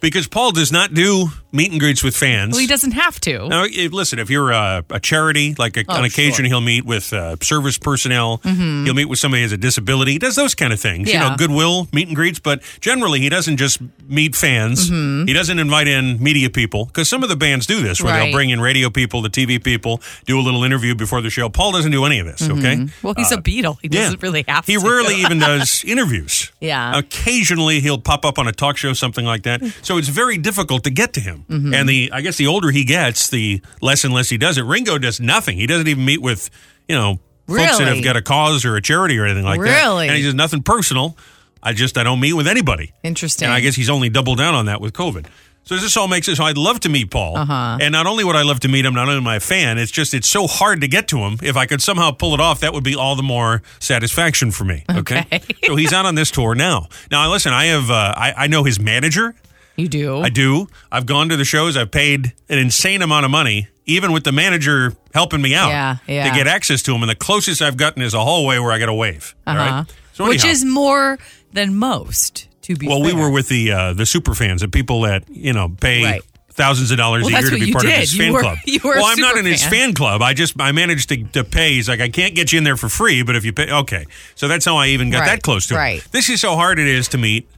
Because Paul does not do meet and greets with fans.
Well, he doesn't have to.
Now, i- listen, if you're a, a charity, like a, on occasion
Oh, sure. Mm-hmm.
he'll meet with uh, service personnel, he'll meet with somebody who has a disability, he does those kind of things. You know,
Yeah.
goodwill, meet and greets, but generally he doesn't just meet fans.
Mm-hmm.
He doesn't invite in media people because some of the bands do this where they'll
Right.
bring in radio people, the TV people, do a little interview before the show. Paul doesn't do any of this,
Mm-hmm.
okay?
Well, he's a beetle. He doesn't really have
Uh, He
to.
rarely even does interviews.
Yeah.
Occasionally he'll pop up on a talk show, something like that. So it's very difficult to get to him.
Mm-hmm.
And the I guess the older he gets, the less and less he does it. Ringo does nothing. He doesn't even meet with, you know, folks that
Really?
have got a cause or a charity or anything like that.
Really?
And he says nothing personal. I just I don't meet with anybody.
Interesting.
And I guess he's only doubled down on that with COVID. So this all makes it so I'd love to meet Paul. Uh-huh. And not only would I love to meet him, not only am I a fan, it's just it's so hard to get to him. If I could somehow pull it off, that would be all the more satisfaction for me. Okay. so he's out on this tour now. Now listen, I have uh, I, I know his manager.
you do.
I do. I've gone to the shows. I've paid an insane amount of money, even with the manager helping me out
Yeah, yeah.
to get access to him. And the closest I've gotten is a hallway where I got to wave. All right. So
Uh-huh. Which
anyhow-
is more than most, to be
well, we
fair.
were with the uh, the super fans, the people that you know pay
Right.
thousands of dollars
Well,
a
that's
year to
what
be
you
part of
did.
his
You
fan
were-
club.
you were a
well, I'm not in his
superfan.
fan club. I just I managed to, to pay. He's like, I can't get you in there for free, but if you pay, okay. So that's how I even got
Right,
that close to him.
right. Mm-hmm.
This is how hard it is to meet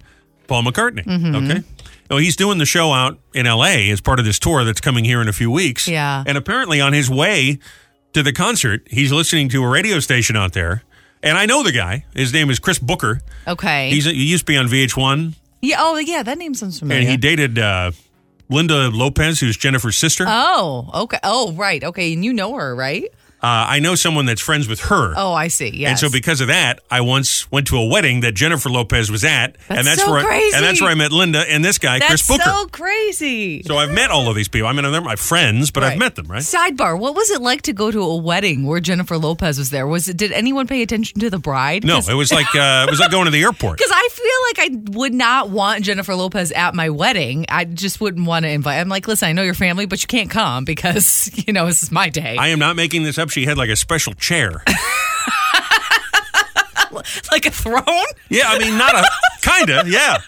Paul McCartney. Okay. Now, he's doing the show out in L.A. as part of this tour that's coming here in a few weeks.
Yeah.
And apparently, on his way to the concert, he's listening to a radio station out there. And I know the guy. His name is Chris Booker.
Okay.
He's, he used to be on VH1.
yeah. Oh, yeah. That name sounds familiar.
And he dated uh, Linda Lopez, who's Jennifer's sister. Uh,
oh, okay. Oh, right. Okay. And you know her, right?
I know someone that's friends with her.
Oh, I see.
And
Yes.
so, because of that, I once went to a wedding that Jennifer Lopez was at, and
That's
that's
so
where I,
crazy.
and that's where I met Linda and this guy,
That's
Chris Booker.
so crazy.
So I've met all of these people. I mean, they're my friends, but I've
Right.
met them, right?
Sidebar: What was it like to go to a wedding where Jennifer Lopez was there? Was it? Did anyone pay attention to the bride?
No, it was like uh, it was like going to the airport.
Because I feel like I would not want Jennifer Lopez at my wedding. I just wouldn't want to invite. I'm like, listen, I know your family, but you can't come because you know this is my day.
I am not making this up. She had like a special chair.
like a throne.
Yeah, I mean, not a kinda, yeah.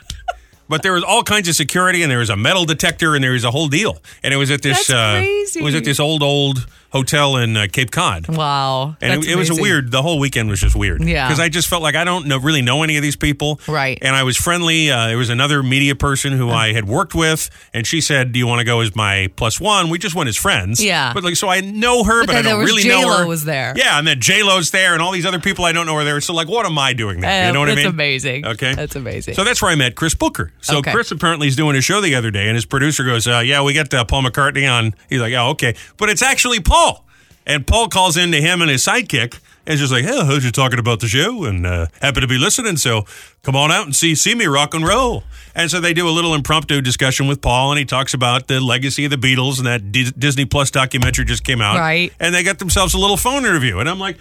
But there was all kinds of security, and there was a metal detector, and there was a whole deal. And it was at this
That's
uh,
crazy.
it was at this old old hotel in uh, Cape Cod.
Wow,
And
that's
it, it was a
amazing.
weird. The whole weekend was just weird.
Yeah.
Because I just felt like I don't know, really know any of these people.
Right. Uh-huh.
And I was friendly. Uh, there was another media person who I had worked with, and she said, "Do you want to go as my plus one?" We just went as friends.
Yeah.
But like, so I know her, but,
then
I don't
there was
really know
J.Lo
her.
was there.
Yeah, and then J Lo's there, and all these other people I don't know are there. So like, what am I doing there? you
Uh,
know what I
that's
mean?
amazing.
Okay.
That's amazing.
So that's where I met Chris Booker. So
Okay.
Chris apparently is doing a show the other day, and his producer goes, uh, "Yeah, we got uh, Paul McCartney on." He's like, "Oh, okay," but it's actually Paul, and Paul calls in to him and his sidekick, and is just like, "Hey, heard you talking about the show, and uh, happy to be listening. So come on out and see see me rock and roll." And so they do a little impromptu discussion with Paul, and he talks about the legacy of the Beatles and that Dis- Disney Plus documentary just came out,
Right.
And they got themselves a little phone interview, and I'm like,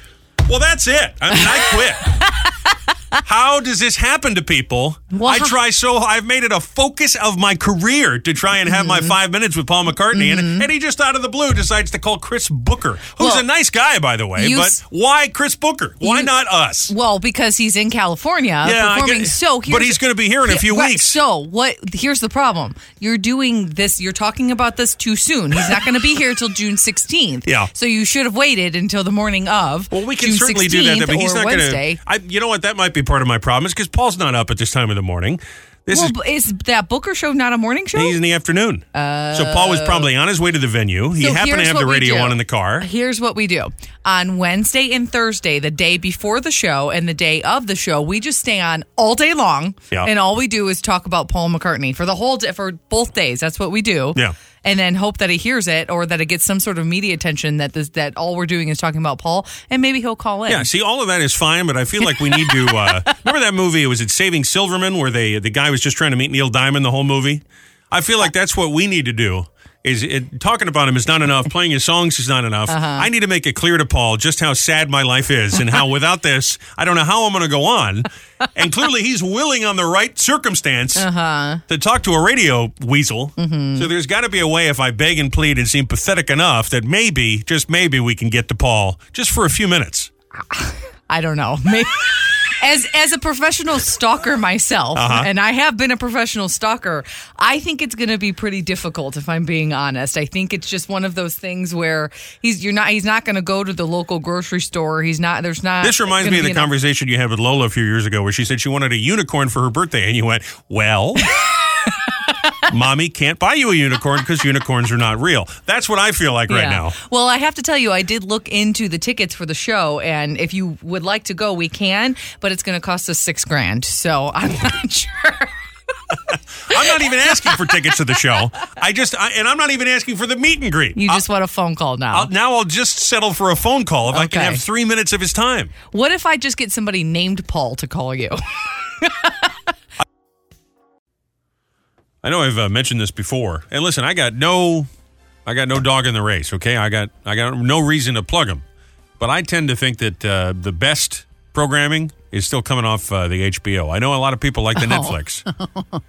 "Well, that's it. I mean, I quit." How does this happen to people?
Wow.
I try so I've made it a focus of my career to try and have my
Mm-hmm.
five minutes with Paul McCartney, and, and he just out of the blue decides to call Chris Booker, who's
Well,
a nice guy by the way.
you
But
s-
why Chris Booker? Why
you-
not us?
Well, because he's in California
Yeah, I get-
performing. so,
but he's gonna be here in a few
right,
weeks.
So, what? Here's the problem: you're doing this. You're talking about this too soon. He's not going to be here till June 16th.
Yeah.
So you should have waited until the morning of.
Well, we can
June
certainly do
16th
that, but he's
or
not going
Wednesday.
to. You know what? That might be part of my problem. Is because Paul's not up at this time of the morning. This
Well,
is
but is that Booker show not a morning show?
He's in the afternoon. so Paul was probably on his way to the venue. He
Oh. So
happened to
here's
have the
what we
radio
do.
on in the car.
Here's what we do. on Wednesday and Thursday, the day before the show and the day of the show. We just stay on all day long,
Yeah.
and all we do is talk about Paul McCartney for the whole day, for both days. That's what we do.
Yeah.
And then hope that he hears it or that it gets some sort of media attention that this, that all we're doing is talking about Paul, and maybe he'll call in.
Yeah, see, all of that is fine, but I feel like we need to. Uh, remember that movie? Was it Saving Silverman, where they the guy was just trying to meet Neil Diamond the whole movie? I feel like that's what we need to do. Is it, talking about him is not enough. Playing his songs is not enough. I need to make it clear to Paul just how sad my life is and how without this, I don't know how I'm going to go on. And clearly, he's willing on the right circumstance to talk to a radio weasel. So there's got to be a way if I beg and plead and seem pathetic enough that maybe, just maybe, we can get to Paul just for a few minutes.
I don't know. Maybe, as as a professional stalker myself,
Uh-huh.
and I have been a professional stalker, I think it's going to be pretty difficult. If I'm being honest, I think it's just one of those things where he's you're not he's not going to go to the local grocery store. He's not there's not.
This reminds
gonna
me of
be
the
an-
conversation you had with Lola a few years ago where she said she wanted a unicorn for her birthday. And you went, Well, mommy can't buy you a unicorn because unicorns are not real. That's what I feel like right
Yeah.
now.
Well, I have to tell you, I did look into the tickets for the show, and if you would like to go, we can, but it's going to cost us six grand. So I'm not sure.
I'm not even asking for tickets to the show. I just, I, and I'm not even asking for the meet and greet.
You just want a phone call now.
I'll, now I'll just settle for a phone call if I can
Okay.
have three minutes of his time.
what if I just get somebody named Paul to call you?
I know I've uh, mentioned this before. And listen, I got no, I got no dog in the race. Okay, I got I got no reason to plug them. But I tend to think that uh, the best programming is still coming off uh, the HBO. I know a lot of people like the Netflix. We're-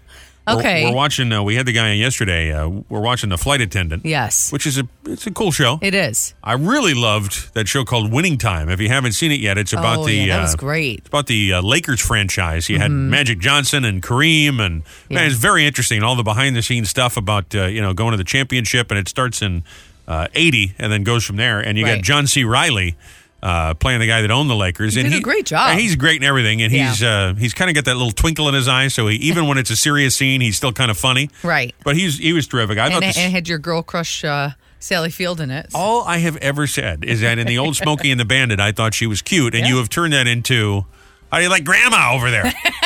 Oh. Okay.
we're, watching. Uh, we had the guy in yesterday. Uh, we're watching the flight attendant.
Yes.
which is a it's a cool show.
It is.
I really loved that show called Winning Time. If you haven't seen it yet, it's about
oh,
the
yeah, that was
uh,
great.
it's about the uh, Lakers franchise. You had
Mm-hmm.
Magic Johnson and Kareem, and man, it's very interesting. All the behind the scenes stuff about uh, you know going to the championship, and it starts in uh, eighty and then goes from there. And you got
Right.
John C. Riley. Uh, playing the guy that owned the Lakers, and
did a great job.
and he's great and everything, and
Yeah.
he's uh, he's kind of got that little twinkle in his eye. So he, even when it's a serious scene, he's still kind of funny,
Right.
But he's he was terrific. I thought
And,
this,
it and had your girl crush uh, Sally Field in it.
all I have ever said is that in the old Smokey and the Bandit, I thought she was cute, and you have turned that into, how do you like Grandma over there? I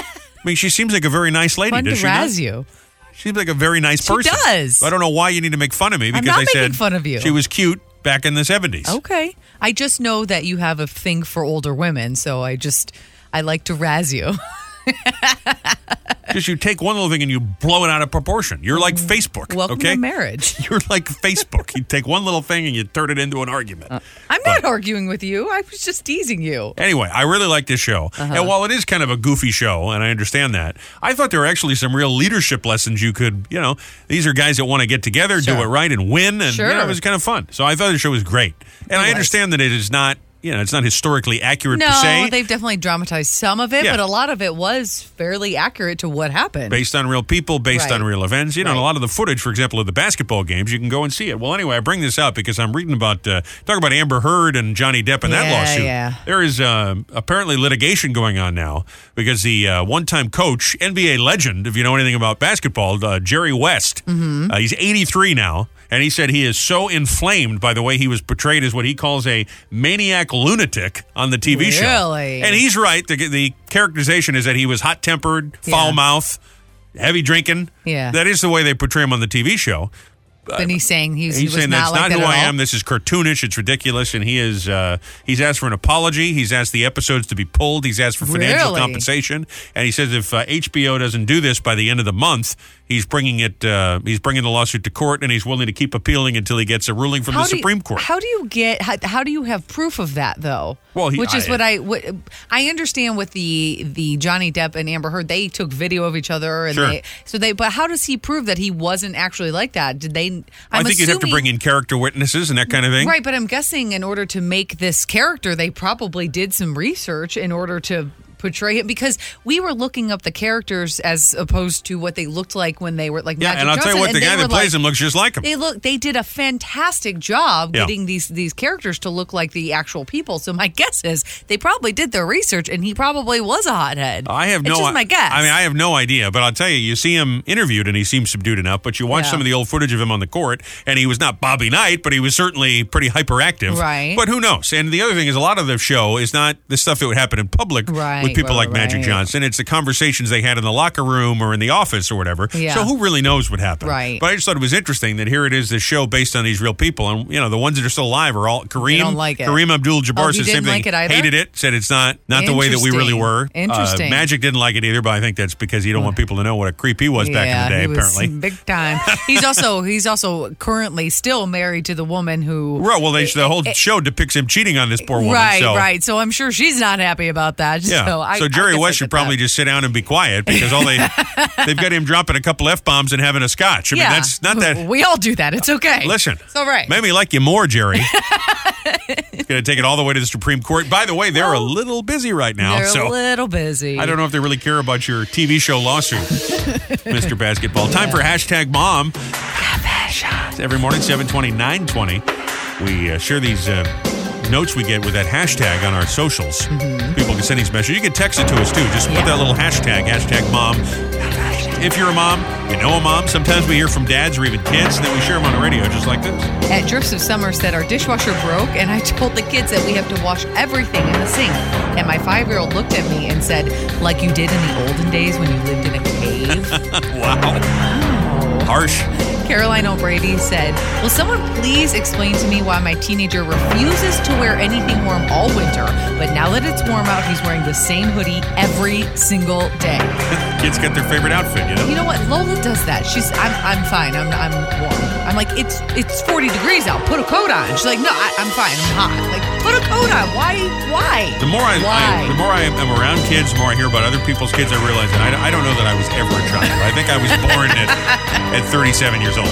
mean, she seems like a very nice lady.
Fun
does
to
she not?
razz you.
She seems like a very nice
She
person.
does.
I don't know why you need to make fun of me because
not
I
making
said
fun of you. Oh.
She was cute back in the seventies.
Okay. I just know that you have a thing for older women, so I just I like to razz you.
Because you take one little thing and you blow it out of proportion. You're like Facebook.
Mm. Welcome
okay?
to marriage.
You're like Facebook. you take one little thing and you turn it into an
Uh.
argument.
I'm not arguing with you. I was just teasing you.
Anyway, I really like this show.
Uh-huh.
And while it is kind of a goofy show, and I understand that, I thought there were actually some real leadership lessons you could, you know, these are guys that want to get together, do
Sure.
it right, and win. And you know,
Sure.
it was kind of fun. So I thought the show was great. And I
was.
understand that it is not, you know, it's not historically accurate per
No,
se,
they've definitely dramatized some of it,
Yeah.
but a lot of it was fairly accurate to what happened.
based on real people, based
Right.
on real events. You know, and a
Right.
lot of the footage, for example, of the basketball games, you can go and see it. Well, anyway, I bring this up because I'm reading about uh, talk about Amber Heard and Johnny Depp and that
Yeah,
lawsuit.
yeah.
There is uh, apparently litigation going on now because the uh, one-time coach, NBA legend, if you know anything about basketball, uh, Jerry West,
Mm-hmm.
uh, he's 83 now. And he said he is so inflamed by the way he was portrayed as what he calls a maniac lunatic on the TV show.
Really?
And he's right. The, the characterization is that he was hot tempered,
Yeah.
foul mouth, heavy drinking.
Yeah.
That is the way they portray him on the TV show.
But he's saying he's, he
He's
was
saying that's
not like
not
that
who
at
I
all.
am. This is cartoonish. It's ridiculous. And he is, uh, he's asked for an apology. He's asked the episodes to be pulled. He's asked for financial
Really?
compensation. And he says if uh, HBO doesn't do this by the end of the month, he's bringing it, uh, he's bringing the lawsuit to court and he's willing to keep appealing until he gets a ruling from the
do you-
Supreme Court.
How do you get? How, how do you have proof of that though?
Well, he-
which is
I-
what I what, I understand with the the Johnny Depp and Amber Heard, they took video of each other, and
Sure.
they so they. But how does he prove that he wasn't actually like that? Did they? I'm
I think you'd have to
assuming-
bring in character witnesses and that kind of thing.
Right, but I'm guessing in order to make this character, they probably did some research in order to portray him because we were looking up the characters as opposed to what they looked like when they were like
Yeah,
Magic
and I'll tell
Johnson,
you what, the
they
guy
were
that plays
like-
him looks just like him.
They look. They did a fantastic job
Yeah.
getting these these characters to look like the actual people. So my guess is they probably did their research, and he probably was a hothead.
I have no.
It's just my guess.
I mean, I have no idea, but I'll tell you, you see him interviewed and he seems subdued enough. But you watch
Yeah.
some of the old footage of him on the court, and he was not Bobby Knight, but he was certainly pretty hyperactive.
Right.
But who knows? And the other thing is, a lot of the show is not the stuff that would happen in public
Right,
with people
right,
like Magic
right.
Johnson. It's the conversations they had in the locker room or in the office or whatever.
Yeah.
So who really knows what happened?
Right.
But I just thought it was interesting that here it is, this show based on these real people, and you know the ones that are still alive are all Kareem.
don't like it.
Kareem Abdul-Jabbar
Oh, he
said the same
didn't like
thing.
it either?
Hated it. Said it's not not the way that we really
Interesting.
were. Uh,
Interesting.
Magic. Magic didn't like it either, but I think that's because he don't want people to know what a creep he was back in the day.
he was
apparently,
big time. He's also he's also currently still married to the woman who.
right? Well, they, the whole show depicts him cheating on this poor woman.
right,
so,
right. So I'm sure she's not happy about that.
Yeah.
So, I, I
Jerry
guess I
West should
get
probably
that.
just sit down and be quiet because all they they've got him dropping a couple f bombs and having a scotch. I
yeah.
mean, that's not that.
we all do that. It's okay.
Listen,
It's all right.
Made me like you more, Jerry. It's going to take it all the way to the Supreme Court. By the way, they're a little busy right now,
They're
so
a little busy.
I don't know if they really care about your TV show lawsuit, Mr. Basketball. Time for hashtag mom. It's Every morning, 720, 920. We uh, share these uh, notes we get with that hashtag on our socials. People can send these messages. You can text it to us, too. Just put that little hashtag, hashtag mom. If you're a mom, you know a mom. Sometimes we hear from dads or even kids, and then we share them on the radio just like this.
At Drifts of Summer said our dishwasher broke, and I told the kids that we have to wash everything in the sink. And my five year old looked at me and said, like you did in the olden days when you lived in a cave.
Wow. Harsh.
Caroline O'Brady said, Will someone please explain to me why my teenager refuses to wear anything warm all winter, but now that it's warm out, he's wearing the same hoodie every single day?
Kids get their favorite outfit, you know?
You know what? Lola does that. She's, I'm, I'm fine. I'm, I'm warm. I'm like, it's, it's 40 degrees out. Put a coat on. She's like, no, I, I'm fine. I'm hot. I'm like, put a coat on. Why? Why?
The more I, I
Why?
the more I am around kids, the more I hear about other people's kids, I realize that I, I don't know that I was ever a child. I think I was born at, at 37 years old.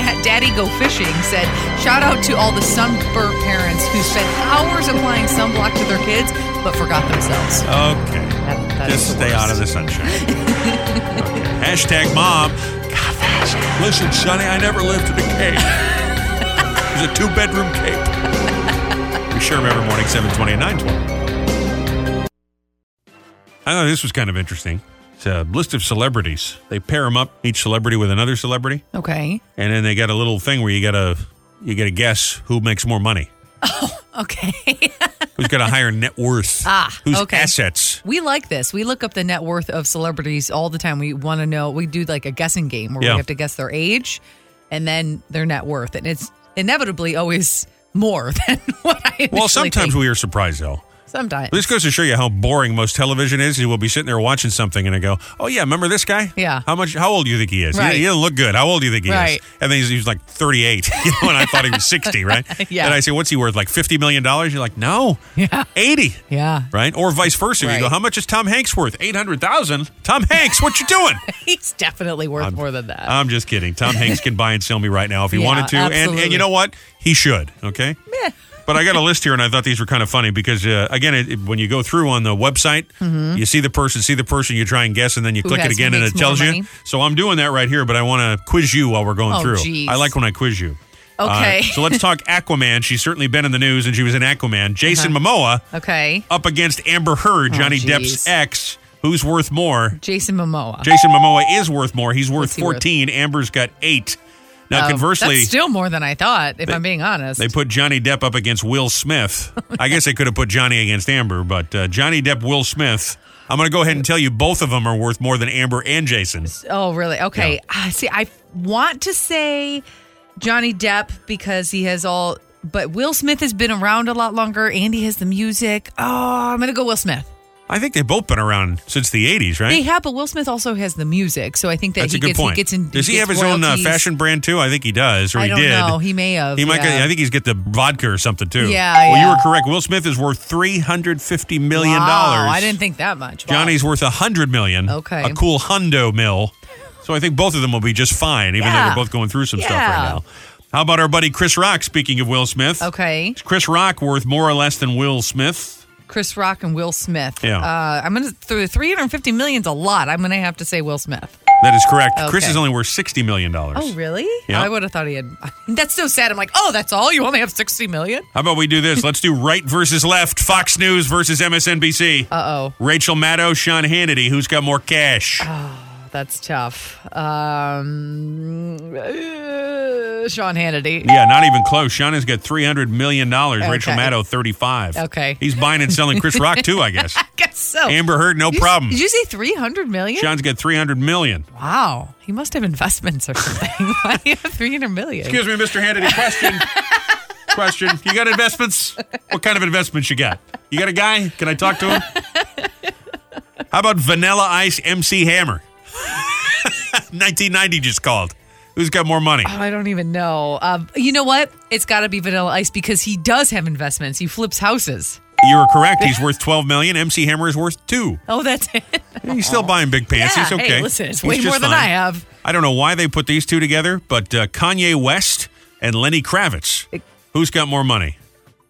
at Daddy Go Fishing said, shout out to all the sunburnt parents who spent hours applying sunblock to their kids, but forgot themselves.
Okay,
That- that is
just
the
stay out of the sunshine. Okay. Hashtag mom. Listen, Sonny, I never lived in a cave. It was a two-bedroom cave. We share them every morning, 720 and 920. I thought this was kind of interesting. It's a list of celebrities. They pair them up, each celebrity with another celebrity.
Okay.
and then they got a little thing where you gotta you gotta guess who makes more money
Okay.
who's got a higher net worth
Ah,
whose
okay.
assets
we like this. We look up the net worth of celebrities all the time. We want to know, we do like a guessing game where
Yeah.
we have to guess their age and then their net worth. And it's inevitably always more than what I
well
initially
sometimes
think.
we are surprised though
sometimes.
this goes to show you how boring most television is you will be sitting there watching something and i go oh yeah remember this guy
Yeah.
how much how old do you think he is He-
Right.
he, doesn't look good how old do you think he
Right.
is and then he's, he's like 38 you know and i thought he was 60 right
Yeah.
and i say what's he worth like 50 million dollars you're like no yeah 80
yeah.
right or vice versa you go
Right.
how much is tom hanks worth 800000 tom hanks what you doing
He's definitely worth more than that.
I'm just kidding. Tom Hanks can buy and sell me right now if he
Yeah,
wanted to. And, and
absolutely.
you know what? He should. Okay. But I got a list here, and I thought these were kind of funny because, uh, again, it, it- when you go through on the website, you see the person, see the person, you try and guess, and then you
Mm-hmm. Who
click it
has- who
again, and it
makes more
tells you.
money?
So I'm doing that right here, but I want to quiz you while we're going
Oh,
through.
geez.
I like when I quiz you. Uh,
Okay.
so let's talk Aquaman. She's certainly been in the news, and she was in Aquaman. Jason
Uh-huh.
Momoa
okay.
up against Amber Heard, Johnny Depp's
Oh, geez.
ex. Who's worth more?
Jason Momoa.
Jason Momoa is worth more. He's worth
he worth?
14. Amber's got eight. Now,
Oh,
conversely,
that's still more than I thought. If I'm being honest,
they put Johnny Depp up against Will Smith. I guess they could have put Johnny against Amber, but uh, Johnny Depp, Will Smith. I'm going to go ahead and tell you both of them are worth more than Amber and Jason.
oh really? Okay. Ah, see, I want to say Johnny Depp because he has all, but Will Smith has been around a lot longer. Andy has the music. Oh, I'm gonna go Will Smith.
I think they've both been around since the 80s, right?
They have, but Will Smith also has the music, so I think that
That's
he
a good
gets
point.
he gets in.
Does he, have
gets
his own uh,
royalties.
fashion brand too? I think he does, or
I
he
don't
did.
know. He may have.
He might.
yeah.
Get, I think he's get the vodka or something too.
Yeah,
Well, you
yeah.
were correct. Will Smith is worth three hundred fifty million dollars.
Wow, I didn't think that much. Wow.
Johnny's worth a hundred million.
Okay.
A cool hundo mill. So I think both of them will be just fine, even though
Yeah.
they're both going through some stuff
Yeah.
right now. How about our buddy Chris Rock? Speaking of Will Smith,
Okay.
is Chris Rock worth more or less than Will Smith?
Chris Rock and Will Smith.
Yeah.
Uh, I'm gonna through 350 million's a lot. I'm gonna have to say Will Smith.
That is correct. Chris
Okay.
is only worth sixty million dollars.
Oh really?
Yeah.
I would have thought he had. That's so sad. I'm like, oh, that's all. You only have 60 million.
How about we do this? Let's do right versus left, Fox News versus MSNBC.
Uh oh,
Rachel Maddow, Sean Hannity. Who's got more cash?
Uh. that's tough. Um, uh, Sean Hannity.
yeah, not even close. Sean has got three hundred million dollars. Rachel
Okay.
Maddow, thirty-five.
Okay.
He's buying and selling Chris Rock too, I guess.
Guess so.
Amber Heard, no
Did you-
problem.
Did you say 300 million?
Sean's got three hundred million.
Wow, he must have investments or something. Why do you have 300 million?
Excuse me, Mr. Hannity. Question. question. You got investments? What kind of investments you got? You got a guy? Can I talk to him? How about Vanilla Ice MC Hammer? 1990 just called. Who's got more money?
I don't even know. Um, you know what? It's got to be Vanilla Ice because he does have investments. He flips houses.
You were correct. He's worth 12 million. MC Hammer is worth 2.
Oh, that's it.
He's still buying big pants.
Yeah,
He's okay.
hey, listen, it's
He's
way
just
more than
fine.
I have.
I don't know why they put these two together, but uh, Kanye West and Lenny Kravitz. Who's got more money?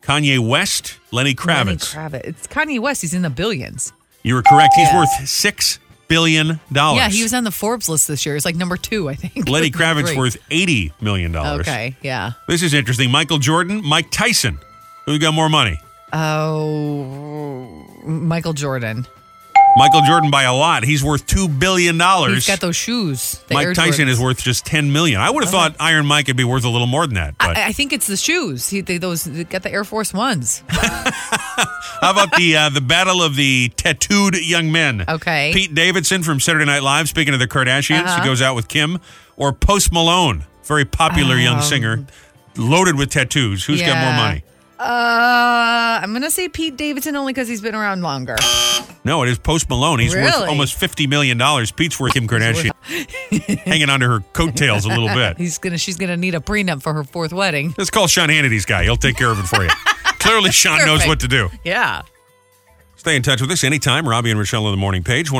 Kanye West, Lenny
Lenny
Kravitz.
Kravitz. It's Kanye West. He's in the billions.
You were correct. He's
Yeah.
worth six billion dollars.
Yeah, he was on the Forbes list this year. It's like number two, I think.
Oh, Lenny Kravitz
Three.
worth eighty million dollars.
Okay, yeah.
This is interesting. Michael Jordan, Mike Tyson. Who got more money?
Oh, Michael Jordan.
Michael Jordan by a lot. He's worth two billion dollars.
He's got those shoes. the Air
Mike Tyson
Jordans.
is worth just ten million. I would have thought Iron Mike would be worth a little more than that. But
I, I think it's the shoes. He, they, those they got the Air Force Ones.
how about the uh, the battle of the tattooed young men?
Okay.
Pete Davidson from Saturday Night Live. Speaking of the Kardashians,
Uh-huh.
he goes out with Kim or Post Malone, very popular young singer, loaded with tattoos. Who's got more
Um, Yeah.
money?
Uh, I'm gonna say Pete Davidson only because he's been around longer.
No, it is Post Malone. He's worth
Really?
almost fifty million dollars. Pete's worth Kim Kardashian, hanging onto her coattails a little bit.
He's gonna. She's gonna need a prenup for her fourth wedding.
Let's call Sean Hannity's guy. He'll take care of it for you. Clearly, Sean knows
Perfect.
what to do.
Yeah.
Stay in touch with us anytime. Robbie and Rochelle on the morning page,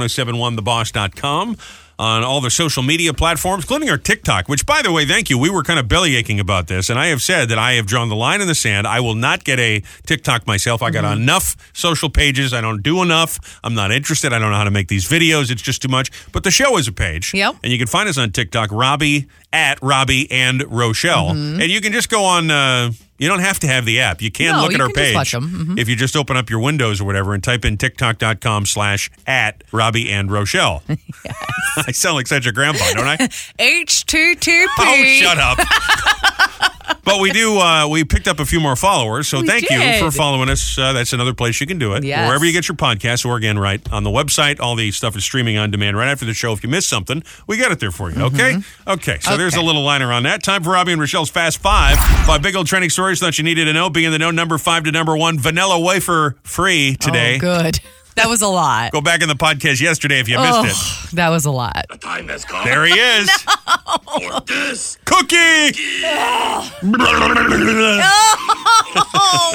1071theboss.com, on all the social media platforms, including our TikTok, which, by the way, thank you. We were kind of bellyaching about this, and I have said that I have drawn the line in the sand. I will not get a TikTok myself. I got enough social pages. I don't do enough. I'm not interested. I don't know how to make these videos. It's just too much. But the show is a page.
Yep.
And you can find us on TikTok, Robbie at Robbie and Rochelle. And you can just go on, uh, you don't have to have the app. You can
No,
look
you
at our
can just
page
watch 'em. Mhm.
if you just open up your windows or whatever and type in tiktok.com slash at Robbie and Rochelle. I sound like such a grandpa, don't I?
HTTP.
oh, shut up. but we do, uh, we picked up a few more followers. So
We
thank
did.
you for following us. Uh, that's another place you can do it.
Yes.
Wherever you get your podcasts, or again, right on the website, all the stuff is streaming on demand right after the show. If you miss something, we got it there for you. Okay?
Mm-hmm.
Okay. So there's a little liner on that. Time for Robbie and Rochelle's Fast Five. Five big old trending stories that you needed to know. Being the know number five to number one, vanilla wafer free today.
Oh, good. That was a lot.
Go back in the podcast yesterday if you missed
Oh, that was a lot.
Time has
it.
Oh.
come
There he is.
for this.
Cookie!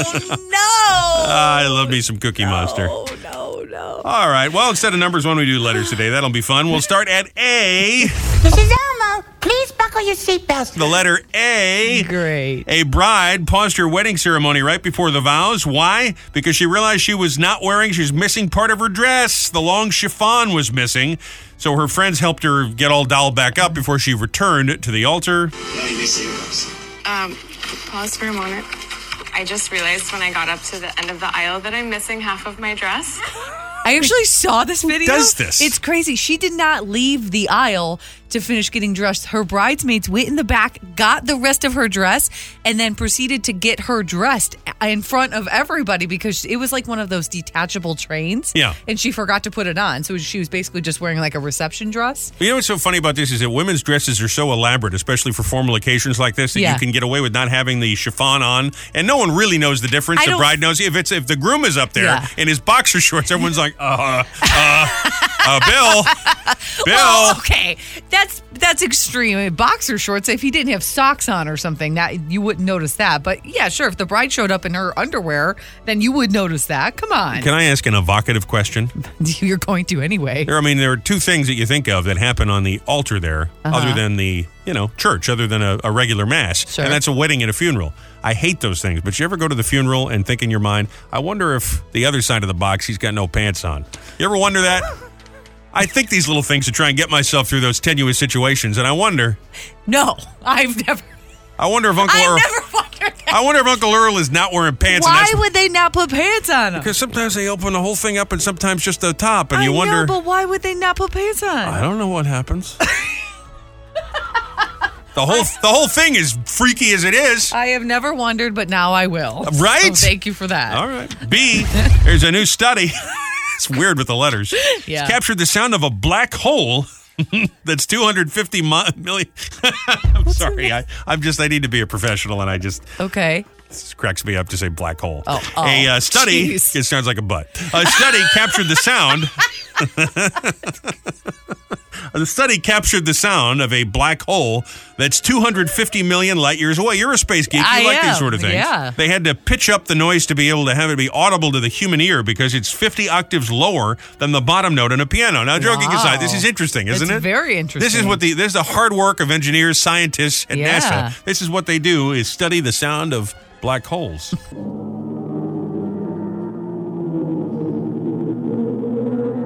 Oh
I love me some Cookie Monster.
no! No Oh, no.
All right. Well, instead of numbers, why don't we do letters today? That'll be fun. We'll start at A.
This is Elmo. Please buckle your seatbelts.
The letter A.
Great.
A bride paused her wedding ceremony right before the vows. Why? Because she realized she was not wearing, she was missing part of her dress. The long chiffon was missing. So her friends helped her get all dolled back up before she returned to the altar.
Um, pause for a moment. I just realized when I got up to the end of the aisle that I'm missing half of my dress.
I actually saw this video.
does this?
It's crazy. She did not leave the aisle to finish getting dressed. Her bridesmaids went in the back, got the rest of her dress, and then proceeded to get her dressed in front of everybody because it was like one of those detachable trains.
Yeah.
And she forgot to put it on. So she was basically just wearing like a reception dress.
You know what's so funny about this is that women's dresses are so elaborate, especially for formal occasions like this, that
Yeah.
you can get away with not having the chiffon on, and no one really knows the difference.
I
the
don't-
bride knows if it's if the groom is up there
Yeah.
in his boxer shorts, everyone's like, uh, uh, Uh, Bill. Bill.
Well, okay, that's that's extreme. Boxer shorts. If he didn't have socks on or something, that you wouldn't notice that. But yeah, sure. If the bride showed up in her underwear, then you would notice that. Come on,
Can I ask an evocative question?
you're going to anyway.
There, I mean, there are two things that you think of that happen on the altar there,
Uh-huh.
other than the you know church, other than a, a regular mass,
Sure.
and that's a wedding and a funeral. I hate those things. But you ever go to the funeral and think in your mind, I wonder if the other side of the box he's got no pants on. You ever wonder that? I think these little things to try and get myself through those tenuous situations, and I wonder,
No, I've never.
I wonder if Uncle Earl, I wonder if Uncle Earl is not wearing pants. and
Why
that's
would they not put pants on him?
because sometimes they open the whole thing up and sometimes just the top, and you wonder.
No, but why would they not put pants on?
I don't know what happens. the whole the whole thing is freaky as it is.
I have never wondered, but now I will.
Uh, Right?
So thank you for that.
All right. B, there's a new study. it's weird with the letters.
Yeah.
It's captured the sound of a black hole. That's 250 mi- million. I'm sorry. I, I'm just, I need to be a professional and I just,
Okay.
this cracks me up to say black hole.
Oh, oh,
a uh, study,
jeez.
it sounds like a butt. A study captured the sound. the study captured the sound of a black hole that's 250 million light years away. You're a space geek. You
I
like
am,
these sort of things.
yeah.
They had to pitch up the noise to be able to have it be audible to the human ear because it's 50 octaves lower than the bottom note on a piano. Now, joking
Wow.
aside, this is interesting, isn't
It's
it?
very interesting.
This is what the this is the hard work of engineers, scientists, and
Yeah.
NASA. This is what they do: is study the sound of black holes.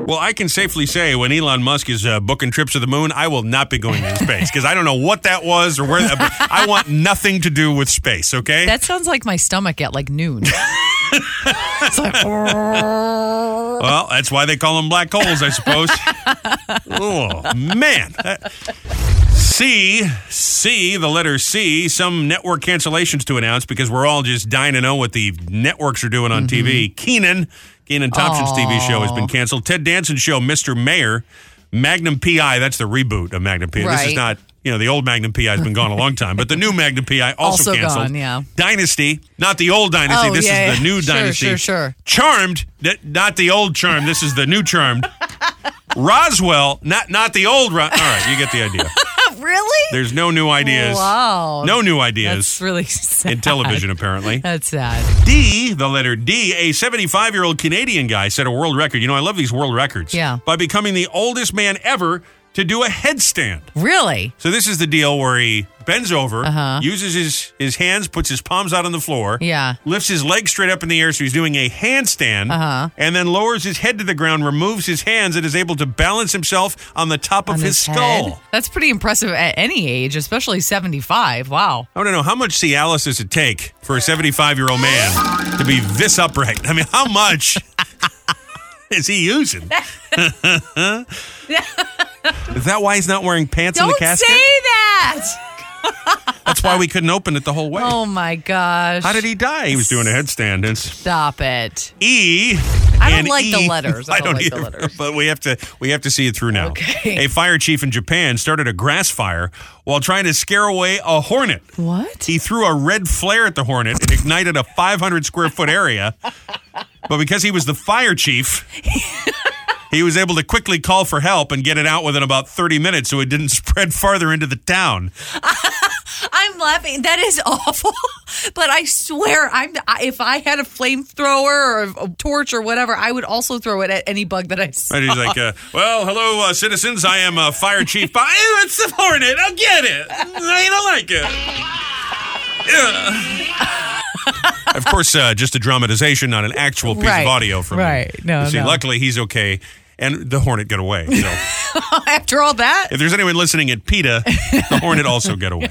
Well, I can safely say when Elon Musk is uh, booking trips to the moon, I will not be going to space because I don't know what that was or where. That, I want nothing to do with space. Okay,
That sounds like my stomach at like noon. it's like,
Well, that's why they call them black holes, I suppose. oh man. C, C, the letter C, some network cancellations to announce because we're all just dying to know what the networks are doing on
Mm-hmm.
TV. Keenan, Keenan Thompson's TV show has been canceled. Ted Danson's show, Mr. Mayor, Magnum PI, that's the reboot of Magnum PI. This is
Right.
not, you know, the old Magnum PI has been gone a long time, but the new Magnum PI also,
Also
canceled.
gone, yeah.
Dynasty, not the old Dynasty.
Oh,
this
yeah,
is the
yeah.
new
Sure,
Dynasty.
sure, sure.
Charmed, th- not the old Charmed. This is the new Charmed. Roswell, not not the old. Ro- All right, you get the idea.
really?
There's no new ideas.
Wow.
No new
That's
ideas
really sad.
in television, apparently.
That's sad.
D, the letter D, a 75 year old Canadian guy set a world record. You know, I love these world records.
Yeah.
By becoming the oldest man ever to do a headstand.
Really?
So this is the deal where he bends over,
Uh-huh.
uses his his hands, puts his palms out on the floor,
Yeah.
lifts his legs straight up in the air, so he's doing a handstand,
Uh-huh.
and then lowers his head to the ground, removes his hands, and is able to balance himself on the top
On
of his,
head?
skull.
That's pretty impressive at any age, especially 75. Wow.
I don't know how much Cialis it take for a 75 year old man to be this upright. I mean, how much is he using? is that why he's not wearing pants in
Don't
the casket?
say that.
That's why we couldn't open it the whole way.
Oh my gosh.
How did he die? He was doing a headstand. It's
Stop it.
E.
I don't
and
like the
E.
letters. I don't like the letters.
But we have to we have to see it through now.
Okay.
A fire chief in Japan started a grass fire while trying to scare away a hornet.
What?
He threw a red flare at the hornet and ignited a 500 square foot area. But because he was the fire chief, he was able to quickly call for help and get it out within about 30 minutes so it didn't spread farther into the town.
I'm laughing. That is awful. but I swear, I'm. I- If I had a flamethrower or a torch or whatever, I would also throw it at any bug that I saw.
And he's like, uh, "Well, hello, uh, citizens. I am uh, Fire Chief. Bob. Ew, it's the hornet. I'll get it. I don't like it." Yeah. of course, uh, just a dramatization, not an actual piece
Right.
of audio from
Right.
him.
No,
You See,
no.
luckily he's okay, and the hornet got away. So.
After all that,
If there's anyone listening at PETA, the Hornet also get away.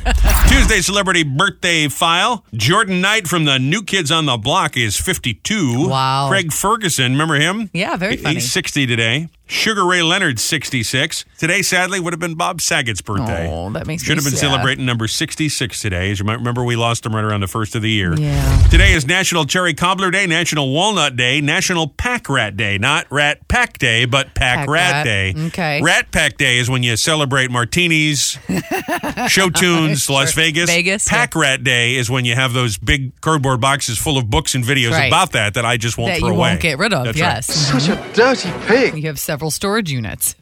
Tuesday celebrity birthday file. Jordan Knight from the New Kids on the Block is 52.
Wow.
Craig Ferguson, remember him?
Yeah, very
He-
funny.
He's 60 today. Sugar Ray Leonard's 66. Today, sadly, would have been Bob Saget's birthday.
Oh, that makes me
Should have been
sad.
celebrating number 66 today. As you might remember, we lost him right around the first of the year.
Yeah.
Today is National Cherry Cobbler Day, National Walnut Day, National Pack Rat Day. Not Rat Pack Day, but Pack,
Pack
Rat,
Rat.
Day.
Okay.
Rat Pack Day is when you celebrate martinis, show tunes, Las Vegas.
Vegas,
Pack Rat Day is when you have those big cardboard boxes full of books and videos
Right.
about that that I just won't
that
throw
you
away.
won't get rid of.
That's right.
yes. Such a dirty pig. You have several. several storage units.